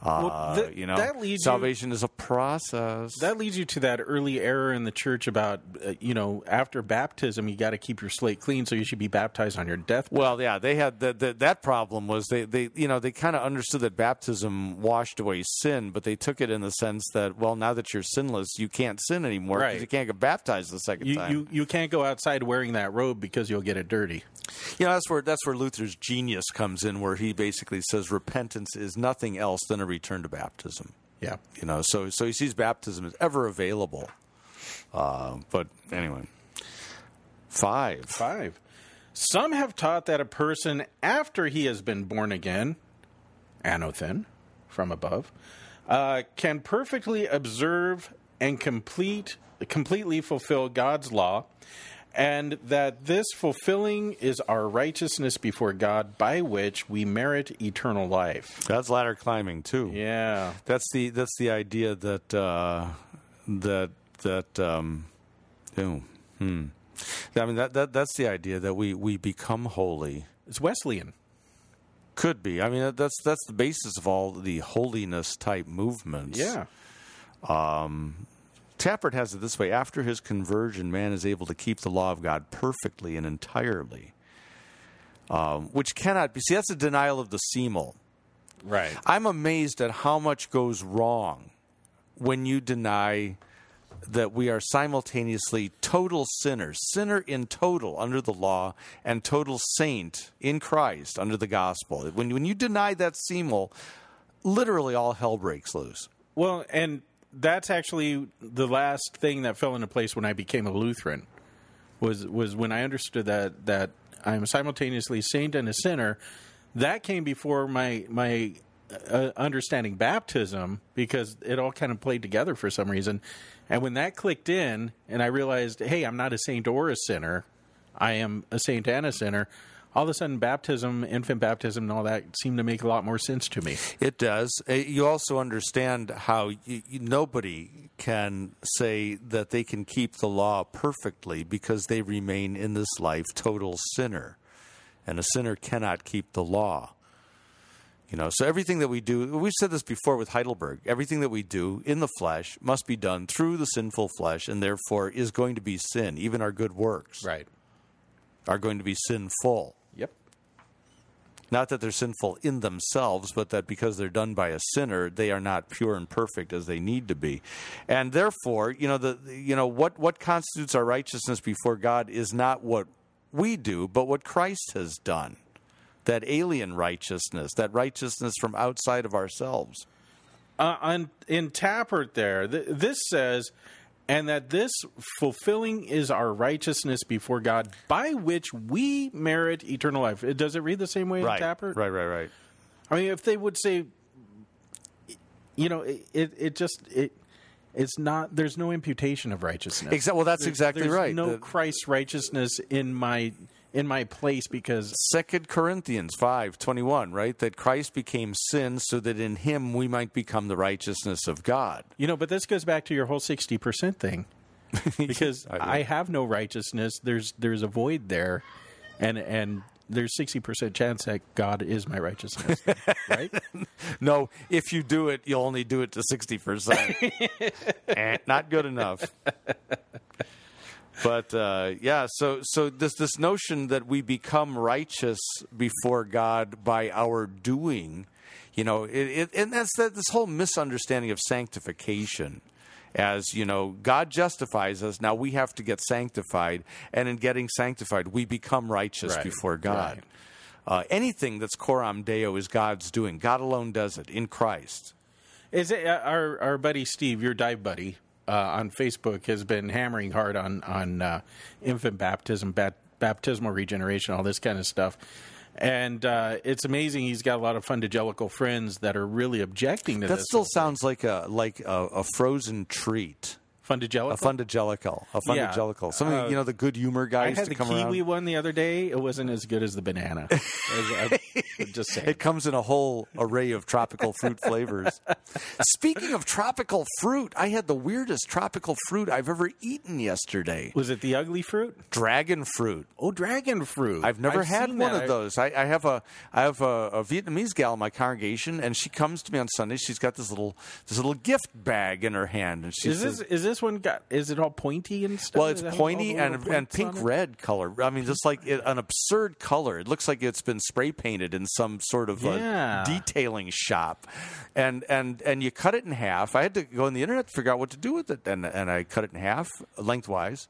Speaker 2: Well, th-
Speaker 3: uh, you know,
Speaker 2: that leads you-
Speaker 3: salvation is a process.
Speaker 2: That leads you to that early error in the church about, uh, you know, after baptism, you got to keep your slate clean, so you should be baptized on your death.
Speaker 3: Well, yeah, they had the, the, that problem was they, they you know they kind of understood that baptism washed away sin, but they took it in the sense that well now that you're sinless you can't sin anymore 'cause
Speaker 2: Right.
Speaker 3: you can't get baptized the second
Speaker 2: You,
Speaker 3: time.
Speaker 2: you you can't go outside wearing that robe because you'll get it dirty.
Speaker 3: You know, that's where that's where Luther's genius comes in, where he basically says repentance is nothing else than a return to baptism.
Speaker 2: Yeah.
Speaker 3: You know, so so he sees baptism as ever available. Uh, but anyway, five.
Speaker 2: Five. Some have taught that a person, after he has been born again, anothen, from above, uh, can perfectly observe and complete completely fulfill God's law, and that this fulfilling is our righteousness before God, by which we merit eternal life.
Speaker 3: That's ladder climbing too.
Speaker 2: Yeah,
Speaker 3: That's the that's the idea that uh, that that um, oh, hmm. I mean that, that that's the idea that we we become holy.
Speaker 2: it's Wesleyan.
Speaker 3: Could be. I mean that's that's the basis of all the holiness type movements.
Speaker 2: Yeah,
Speaker 3: Tappert has it this way after his conversion, man is able to keep the law of God perfectly and entirely, um, which cannot be. See, that's a denial of the semel.
Speaker 2: right.
Speaker 3: I'm amazed at how much goes wrong when you deny that we are simultaneously total sinners, sinner in total under the law, and total saint in Christ under the gospel. When, when you deny that semel, literally all hell breaks loose.
Speaker 2: Well, and that's actually the last thing that fell into place when I became a Lutheran was was when I understood that that I'm simultaneously saint and a sinner. That came before my my uh, understanding baptism because it all kind of played together for some reason. And when that clicked in, and I realized, hey, I'm not a saint or a sinner. I am a saint and a sinner. All of a sudden, baptism, infant baptism, and all that seemed to make a lot more sense to me.
Speaker 3: It does. Uh, You also understand how you, you, nobody can say that they can keep the law perfectly because they remain in this life total sinner. And a sinner cannot keep the law. You know, so everything that we do, we've said this before with Heidelberg, everything that we do in the flesh must be done through the sinful flesh and therefore is going to be sin. Even our good works
Speaker 2: Right.
Speaker 3: are going to be sinful.
Speaker 2: Yep.
Speaker 3: Not that they're sinful in themselves, but that because they're done by a sinner, they are not pure and perfect as they need to be. And therefore, you know, the you know what what constitutes our righteousness before God is not what we do, but what Christ has done. That alien righteousness, that righteousness from outside of ourselves.
Speaker 2: uh, on in Tappert there. Th- this says, and that this fulfilling is our righteousness before God, by which we merit eternal life. It- Does it read the same way in Tappert?
Speaker 3: right, right, right.
Speaker 2: I mean, if they would say, you know, it it, it just it. It's not. There's no imputation of righteousness.
Speaker 3: Exa- well, that's
Speaker 2: There's-
Speaker 3: exactly
Speaker 2: there's
Speaker 3: right.
Speaker 2: No
Speaker 3: The-
Speaker 2: Christ righteousness in my in my place because
Speaker 3: Second Corinthians five twenty one, right? That Christ became sin so that in him we might become the righteousness of God.
Speaker 2: You know, but this goes back to your whole sixty percent thing, because I, have no righteousness. There's there's a void there, and and there's sixty percent chance that God is my righteousness, right?
Speaker 3: No, if you do it, you'll only do it to 60%. Eh, Not good enough. but uh, yeah, so so this this notion that we become righteous before God by our doing, you know, it, it, and that's that this whole misunderstanding of sanctification. As you know, God justifies us. Now we have to get sanctified, and in getting sanctified, we become righteous
Speaker 2: Right,
Speaker 3: before God. Uh, anything that's coram deo is God's doing. God alone does it in Christ.
Speaker 2: Is it uh, our our buddy Steve, your dive buddy uh, on Facebook, has been hammering hard on on uh, infant baptism, bat, baptismal regeneration, all this kind of stuff. And uh, it's amazing. He's got a lot of fungigelical friends that are really objecting to
Speaker 3: That
Speaker 2: this.
Speaker 3: still sounds like a like a, a frozen treat.
Speaker 2: fungigelical.
Speaker 3: A fundagelical. A
Speaker 2: Yeah. Uh,
Speaker 3: fundagelical. Some of the, you know the good humor
Speaker 2: I
Speaker 3: guys
Speaker 2: had
Speaker 3: to
Speaker 2: the
Speaker 3: come
Speaker 2: kiwi
Speaker 3: around.
Speaker 2: one the other day. It wasn't as good as the banana. As I would just say.
Speaker 3: It comes in a whole array of tropical fruit flavors. Speaking of tropical fruit, I had the weirdest tropical fruit I've ever eaten yesterday.
Speaker 2: Was it the ugly fruit?
Speaker 3: Dragon fruit.
Speaker 2: Oh, dragon fruit.
Speaker 3: I've never had
Speaker 2: seen
Speaker 3: one
Speaker 2: that.
Speaker 3: of those. I, I have a I have a, a Vietnamese gal in my congregation, and she comes to me on Sunday. She's got this little this little gift bag in her hand, and she
Speaker 2: Is
Speaker 3: says,
Speaker 2: this is this one got? Is it all pointy and stuff?
Speaker 3: Well,
Speaker 2: Does
Speaker 3: it's
Speaker 2: it have all
Speaker 3: pointy
Speaker 2: the little
Speaker 3: and and
Speaker 2: points
Speaker 3: pink
Speaker 2: on it?
Speaker 3: red color. I mean, just like it, an absurd color. It looks like it's been spray painted in some sort of
Speaker 2: Yeah.
Speaker 3: a detailing shop. And and and you cut it in half. I had to go on the internet to figure out what to do with it, and and I cut it in half lengthwise.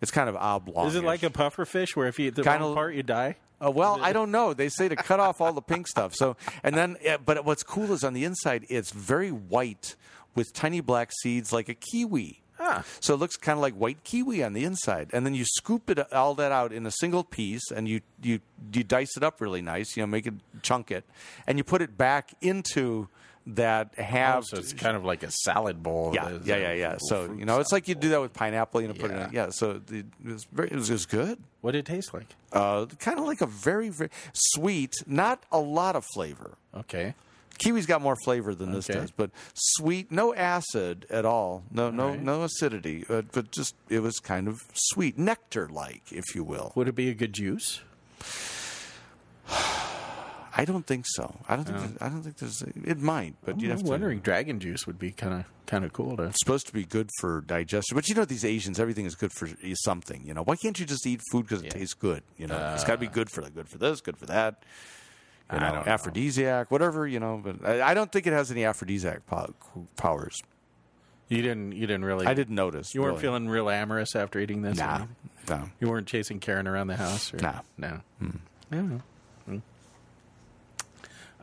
Speaker 3: It's kind of oblong.
Speaker 2: Is it like a puffer fish where if you eat the
Speaker 3: Kinda-
Speaker 2: wrong part you die?
Speaker 3: Uh, well, I don't know. They say to cut off all the pink stuff. So, and then, uh, but what's cool is on the inside, it's very white with tiny black seeds like a kiwi.
Speaker 2: Ah.
Speaker 3: So it looks kind of like white kiwi on the inside, and then you scoop it all that out in a single piece, and you you you dice it up really nice. You know, make it chunk it, and you put it back into that halved.
Speaker 2: Oh, So it's kind of like a salad bowl.
Speaker 3: yeah,
Speaker 2: There's
Speaker 3: yeah,
Speaker 2: a
Speaker 3: yeah, yeah.
Speaker 2: little
Speaker 3: So
Speaker 2: fruit
Speaker 3: you know, it's like you
Speaker 2: salad
Speaker 3: do that with pineapple. You know, put it in.
Speaker 2: Yeah.
Speaker 3: Yeah. So it was very, it was, it was good
Speaker 2: bowl. What did it taste like?
Speaker 3: uh, kind of like a very, very sweet, not a lot of flavor.
Speaker 2: Okay.
Speaker 3: Kiwi's got more flavor than this
Speaker 2: Okay.
Speaker 3: does, but sweet, no acid at all, no, no, no acidity, uh, but just it was kind of sweet, nectar-like, if you will.
Speaker 2: Would it be a good juice?
Speaker 3: I don't think so. I don't think. there's- I don't think there's. It might, but you'd
Speaker 2: Oh. I'm
Speaker 3: have to.
Speaker 2: wondering. Dragon juice would be kind of kind of cool to.
Speaker 3: It's supposed to be good for digestion, but you know these Asians, everything is good for something. You know, why can't you just eat food because it tastes good? You know, it's got to be good for good for this, good for that. You know,
Speaker 2: Uh. don't know.
Speaker 3: aphrodisiac, whatever. You know, but I, I don't think it has any aphrodisiac po- powers.
Speaker 2: You didn't. You didn't really.
Speaker 3: I didn't notice.
Speaker 2: You weren't
Speaker 3: really.
Speaker 2: feeling real amorous after eating this. or
Speaker 3: Nah,
Speaker 2: anything?
Speaker 3: no.
Speaker 2: You weren't chasing Karen around the house. Or,
Speaker 3: No.
Speaker 2: No. I don't know. Hmm.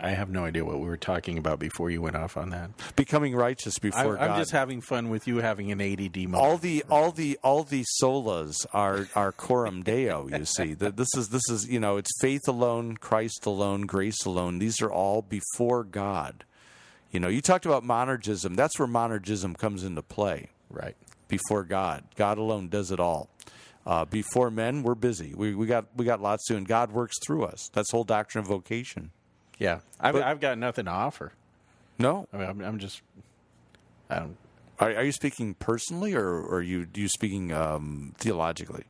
Speaker 2: I have no idea what we were talking about before you went off on that.
Speaker 3: Becoming righteous
Speaker 2: I,
Speaker 3: before God.
Speaker 2: I'm just having fun with you having an ADD moment.
Speaker 3: all the all the all the solas are are coram deo you see that this is this is you know it's faith alone christ alone grace alone these are all before god you know you talked about monergism that's where monergism comes into play
Speaker 2: right.
Speaker 3: before god god alone does it all uh, before men we're busy we, we got we got lots to do and god works through us that's the whole doctrine of vocation
Speaker 2: Yeah. I've,
Speaker 3: But-
Speaker 2: I've got nothing to offer.
Speaker 3: no
Speaker 2: I mean, I'm, I'm just. I don't.
Speaker 3: are, are you speaking personally or, or are you you speaking um, theologically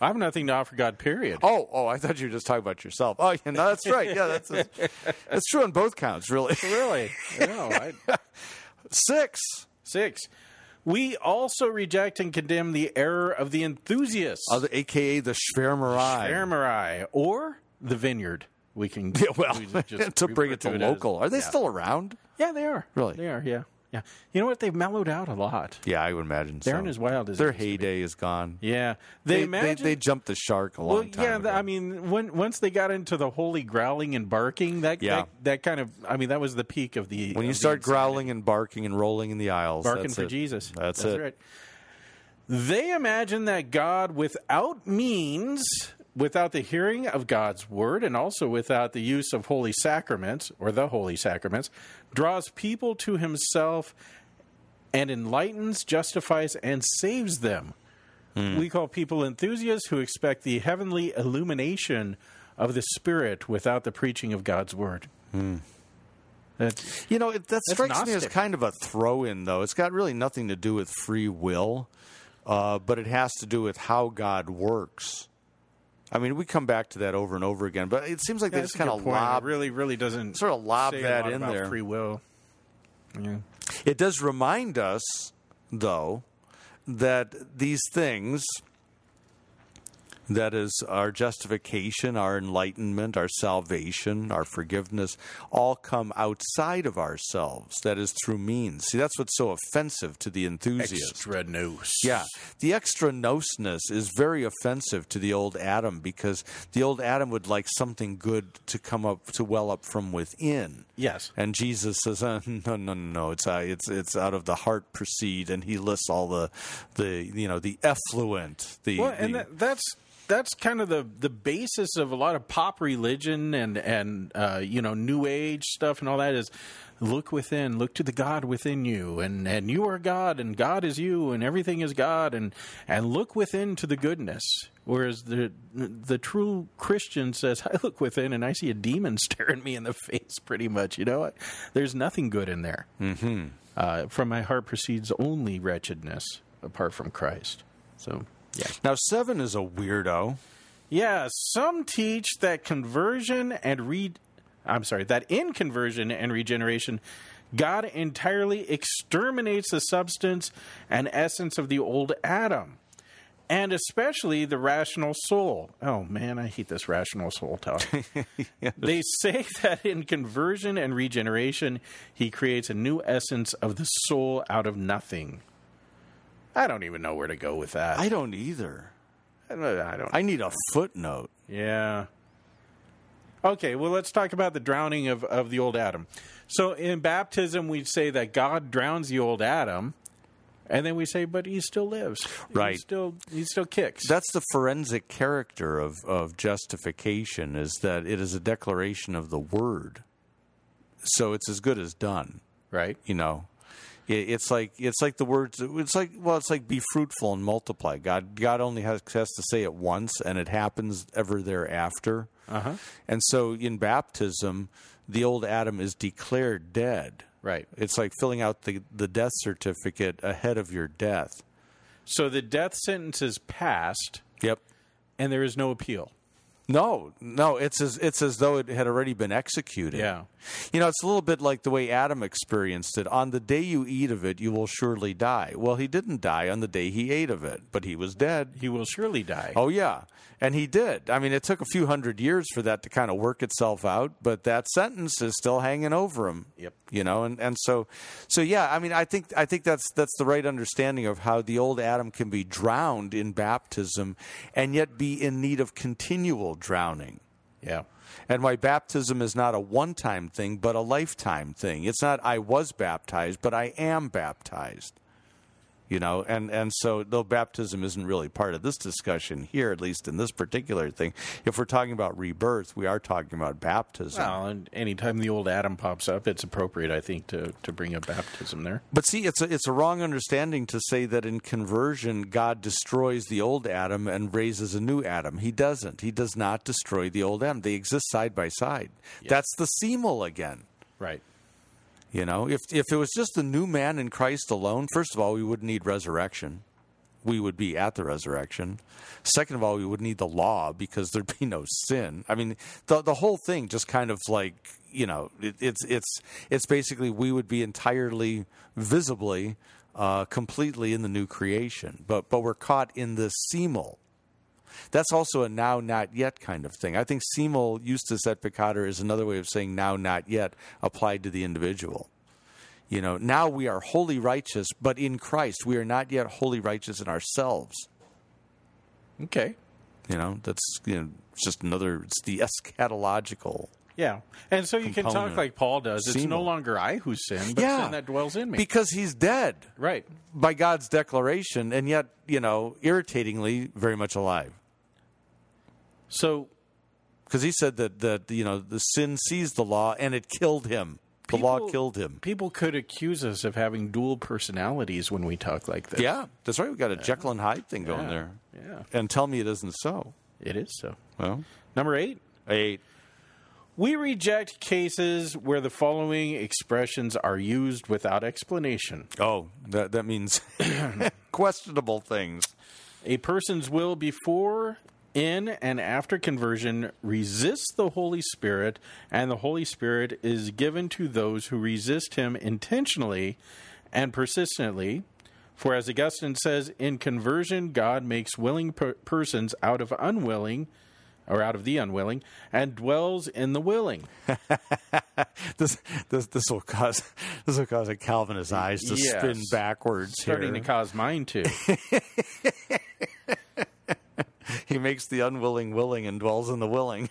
Speaker 2: I have nothing to offer God. Period.
Speaker 3: Oh, oh, I thought you were just talking about yourself. Oh, yeah, no, that's right. Yeah, that's that's true on both counts, really.
Speaker 2: really? No. I,
Speaker 3: Six.
Speaker 2: six. We also reject and condemn the error of the enthusiasts,
Speaker 3: Other, AKA uh, the Schwermerei.
Speaker 2: Samurai, or the vineyard. We can.
Speaker 3: Yeah, well,
Speaker 2: we just
Speaker 3: to bring it to
Speaker 2: refer as-
Speaker 3: local. Are they
Speaker 2: yeah.
Speaker 3: still around?
Speaker 2: Yeah, they are.
Speaker 3: Really?
Speaker 2: They are. Yeah. Yeah. You know what? They've mellowed out a lot.
Speaker 3: Yeah, I would imagine.
Speaker 2: They're
Speaker 3: so.
Speaker 2: in as wild as
Speaker 3: Their
Speaker 2: it used to be.
Speaker 3: heyday is gone.
Speaker 2: Yeah. They,
Speaker 3: They, they,
Speaker 2: imagine.
Speaker 3: they jumped the shark a long
Speaker 2: well,
Speaker 3: time
Speaker 2: yeah.
Speaker 3: ago.
Speaker 2: th- I mean, when, once they got into the holy growling and barking, that,
Speaker 3: Yeah.
Speaker 2: that that kind of. I mean, that was the peak of the.
Speaker 3: when
Speaker 2: of
Speaker 3: you
Speaker 2: the
Speaker 3: start
Speaker 2: insanity.
Speaker 3: growling and barking and rolling in the aisles,
Speaker 2: barking
Speaker 3: that's
Speaker 2: for
Speaker 3: it.
Speaker 2: Jesus.
Speaker 3: That's, it.
Speaker 2: right. They imagine that God without means, without the hearing of God's word, and also without the use of holy sacraments or the holy sacraments, draws people to himself and enlightens, justifies, and saves them.
Speaker 3: Hmm.
Speaker 2: We call people enthusiasts who expect the heavenly illumination of the Spirit without the preaching of God's word.
Speaker 3: Hmm.
Speaker 2: That's-
Speaker 3: You know, it, that
Speaker 2: That's
Speaker 3: strikes me as
Speaker 2: Gnostic.
Speaker 3: kind of a throw in, though. It's got really nothing to do with free will, uh, but it has to do with how God works. I mean, we come back to that over and over again, but it seems like they
Speaker 2: that's
Speaker 3: just
Speaker 2: a
Speaker 3: kind
Speaker 2: good
Speaker 3: of
Speaker 2: point. It
Speaker 3: lob.
Speaker 2: really, really doesn't
Speaker 3: sort of lob
Speaker 2: say a
Speaker 3: that
Speaker 2: lot
Speaker 3: in
Speaker 2: about
Speaker 3: there.
Speaker 2: Free will. Yeah.
Speaker 3: It does remind us, though, that these things That is our justification, our enlightenment, our salvation, our forgiveness, all come outside of ourselves. That is through means. See, that's what's so offensive to the enthusiast.
Speaker 2: Extra news.
Speaker 3: Yeah, the extra noseness is very offensive to the old Adam because the old Adam would like something good to come up to well up from within.
Speaker 2: Yes.
Speaker 3: And Jesus says, uh, "No, no, no, no. It's uh, it's it's out of the heart proceed." And he lists all the the you know the effluent. The,
Speaker 2: Well, and
Speaker 3: the-
Speaker 2: that, that's that's kind of the the basis of a lot of pop religion and and uh, you know new age stuff and all that is look within, look to the God within you, and and you are God, and God is you, and everything is God, and and look within to the goodness. Whereas the the true Christian says, I look within and I see a demon staring me in the face. Pretty much, you know, there's nothing good in there. Mm-hmm. Uh, from my heart proceeds only wretchedness, apart from Christ. So, yeah.
Speaker 3: now seven is a weirdo.
Speaker 2: Yeah, some teach that conversion and re I'm sorry, that in conversion and regeneration, God entirely exterminates the substance and essence of the old Adam, and especially the rational soul. Oh man, I hate this rational soul talk. They say that in conversion and regeneration, he creates a new essence of the soul out of nothing. I don't even know where to go with that.
Speaker 3: I don't either.
Speaker 2: I don't. I don't
Speaker 3: I need a footnote.
Speaker 2: yeah. Okay, well, let's talk about the drowning of, of the old Adam. So in baptism, we say that God drowns the old Adam, and then we say, but he still lives. He
Speaker 3: Right.
Speaker 2: still, he still kicks.
Speaker 3: That's the forensic character of, of justification is that it is a declaration of the word. So it's as good as done.
Speaker 2: right?
Speaker 3: you know it, it's like it's like the words it's like well it's like be fruitful and multiply god god only has, has to say it once and it happens ever thereafter uh-huh. and so in baptism the old adam is declared dead
Speaker 2: Right.
Speaker 3: it's like filling out the, the death certificate ahead of your death
Speaker 2: So the death sentence is passed,
Speaker 3: yep
Speaker 2: and there is no appeal.
Speaker 3: no no it's as it's as though it had already been executed
Speaker 2: Yeah.
Speaker 3: You know, it's a little bit like the way Adam experienced it. On the day you eat of it, you will surely die. Well, he didn't die on the day he ate of it, but he was dead.
Speaker 2: He will surely die.
Speaker 3: Oh, yeah. And he did. I mean, it took a few hundred years for that to kind of work itself out, but that sentence is still hanging over him.
Speaker 2: Yep.
Speaker 3: You know, and, and so, so yeah, I mean, I think, I think that's, that's the right understanding of how the old Adam can be drowned in baptism and yet be in need of continual drowning.
Speaker 2: Yeah.
Speaker 3: And why baptism is not a one time thing, but a lifetime thing. It's not I was baptized, but I am baptized. You know, and, and so though baptism isn't really part of this discussion here, at least in this particular thing, if we're talking about rebirth, we are talking about baptism.
Speaker 2: Well, and anytime the old Adam pops up, it's appropriate, I think, to, to bring up baptism there.
Speaker 3: But see, it's a, it's a wrong understanding to say that in conversion, God destroys the old Adam and raises a new Adam. He doesn't. He does not destroy the old Adam. They exist side by side. That's the semel again.
Speaker 2: Right.
Speaker 3: You know, if if it was just the new man in Christ alone, first of all, we wouldn't need resurrection. We would be at the resurrection. Second of all, we would need the law because there'd be no sin. I mean, the the whole thing just kind of like you know, it, it's it's it's basically we would be entirely visibly, uh, completely in the new creation, but but we're caught in the semel. That's also a now not yet kind of thing. I think Semel Eustace et Picator is another way of saying now not yet applied to the individual. You know, now we are wholly righteous, but in Christ we are not yet wholly righteous in ourselves.
Speaker 2: Okay.
Speaker 3: You know, that's you know, it's just another. It's the eschatological.
Speaker 2: Yeah. And so you can talk
Speaker 3: Component.
Speaker 2: like Paul does. It's no
Speaker 3: Semel.
Speaker 2: longer I who sin, but sin that dwells in me.
Speaker 3: because he's dead
Speaker 2: right.
Speaker 3: by God's declaration, and yet you know, irritatingly, very much alive.
Speaker 2: So
Speaker 3: Because he said that that you know the sin seized the law and it killed him. The law
Speaker 2: people-
Speaker 3: killed him.
Speaker 2: People could accuse us of having dual personalities when we talk like this.
Speaker 3: Yeah, that's right. We got a Jekyll and Hyde thing going
Speaker 2: Yeah.
Speaker 3: there.
Speaker 2: Yeah.
Speaker 3: And tell me it isn't so.
Speaker 2: It is so.
Speaker 3: Well,
Speaker 2: Number eight.
Speaker 3: eight.
Speaker 2: We reject cases where the following expressions are used without explanation.
Speaker 3: Oh, that that means questionable things.
Speaker 2: A person's will before, in, and after conversion resists the Holy Spirit, and the Holy Spirit is given to those who resist him intentionally and persistently. For as Augustine says, in conversion, God makes willing per- persons out of unwilling, or out of the unwilling, and dwells in the willing.
Speaker 3: This this this will cause this will cause a Calvinist eyes to
Speaker 2: Yes.
Speaker 3: spin backwards
Speaker 2: Starting
Speaker 3: here.
Speaker 2: to cause mine too.
Speaker 3: he makes the unwilling willing and dwells in the willing.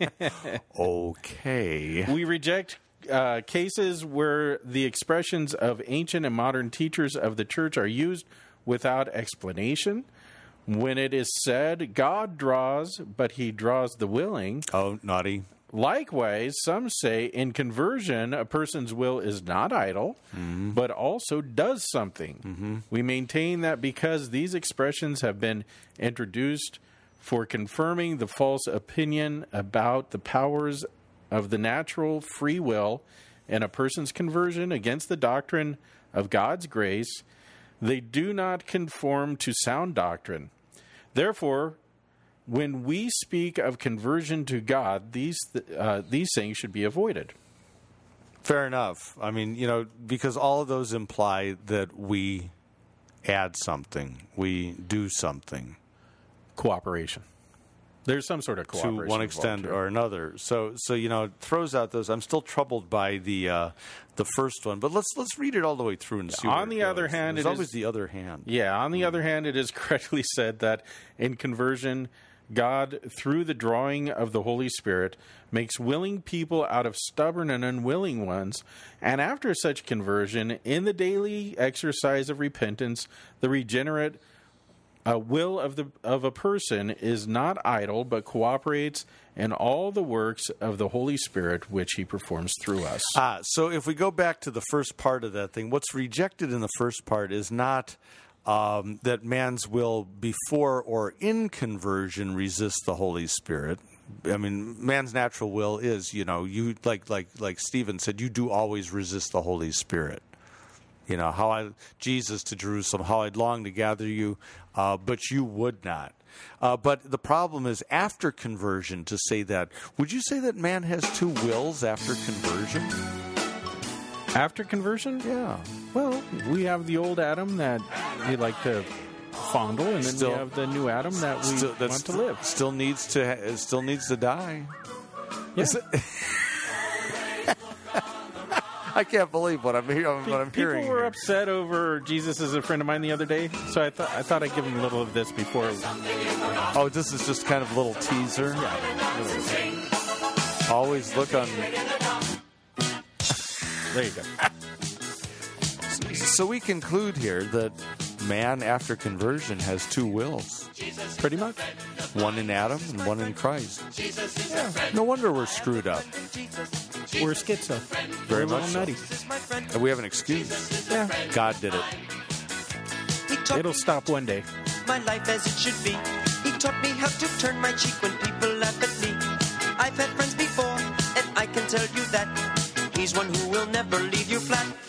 Speaker 3: okay.
Speaker 2: we reject uh, cases where the expressions of ancient and modern teachers of the church are used without explanation. When it is said, God draws, but he draws the willing.
Speaker 3: Oh, naughty.
Speaker 2: Likewise, some say in conversion, a person's will is not idle, but also does something. We maintain that because these expressions have been introduced for confirming the false opinion about the powers of the natural free will in a person's conversion against the doctrine of God's grace, they do not conform to sound doctrine. Therefore, when we speak of conversion to God, these uh, these things should be avoided.
Speaker 3: Fair enough. I mean, you know, because all of those imply that we add something, we do something
Speaker 2: Cooperation. There's some sort of
Speaker 3: to
Speaker 2: cooperation
Speaker 3: one extent
Speaker 2: involved
Speaker 3: or another. So, so you know, it throws out those. I'm still troubled by the uh, the first one, but let's let's read it all the way through and see. where
Speaker 2: On
Speaker 3: it
Speaker 2: the other
Speaker 3: goes.
Speaker 2: hand,
Speaker 3: there's
Speaker 2: it is-
Speaker 3: always the other hand.
Speaker 2: here. Yeah. On the other hand, it is correctly said that in conversion, God, through the drawing of the Holy Spirit, makes willing people out of stubborn and unwilling ones. And after such conversion, in the daily exercise of repentance, the regenerate a will of the of a person is not idle but cooperates in all the works of the holy spirit which he performs through us
Speaker 3: Ah, so if we go back to the first part of that thing, what's rejected in the first part is not um, that man's will before or in conversion resists the Holy Spirit. I mean, man's natural will is, you know, you like like like Stephen said, you do always resist the Holy Spirit. You know how I Jesus to Jerusalem, how I'd long to gather you, uh, but you would not. Uh, but the problem is after conversion to say that. Would you say that man has two wills after conversion?
Speaker 2: after conversion
Speaker 3: Yeah.
Speaker 2: well we have the old adam that we like to fondle and then
Speaker 3: Still-
Speaker 2: we have the new adam that we
Speaker 3: Still, that's
Speaker 2: want to live
Speaker 3: Still needs to. ha- Still needs to die.
Speaker 2: Yeah.
Speaker 3: I can't believe what I'm, hear- what I'm
Speaker 2: People
Speaker 3: hearing.
Speaker 2: were
Speaker 3: here.
Speaker 2: upset over Jesus is a friend of mine the other day, so I thought I thought I'd give them a little of this before.
Speaker 3: Oh, this is just kind of a little teaser. Always look on.
Speaker 2: There you go.
Speaker 3: So we conclude here that man after conversion has two wills,
Speaker 2: Pretty much.
Speaker 3: one in Adam and one in Christ. Yeah. No wonder we're screwed up.
Speaker 2: We're schizo. We're a
Speaker 3: Very
Speaker 2: little
Speaker 3: much so.
Speaker 2: nutty.
Speaker 3: And we have an excuse.
Speaker 2: Yeah.
Speaker 3: God did it.
Speaker 6: He taught
Speaker 2: It'll
Speaker 6: me
Speaker 2: stop one day.
Speaker 6: my life as it should be. He taught me how to turn my cheek when people laugh at me. I've had friends before, and I can tell you that he's one who will never leave you flat.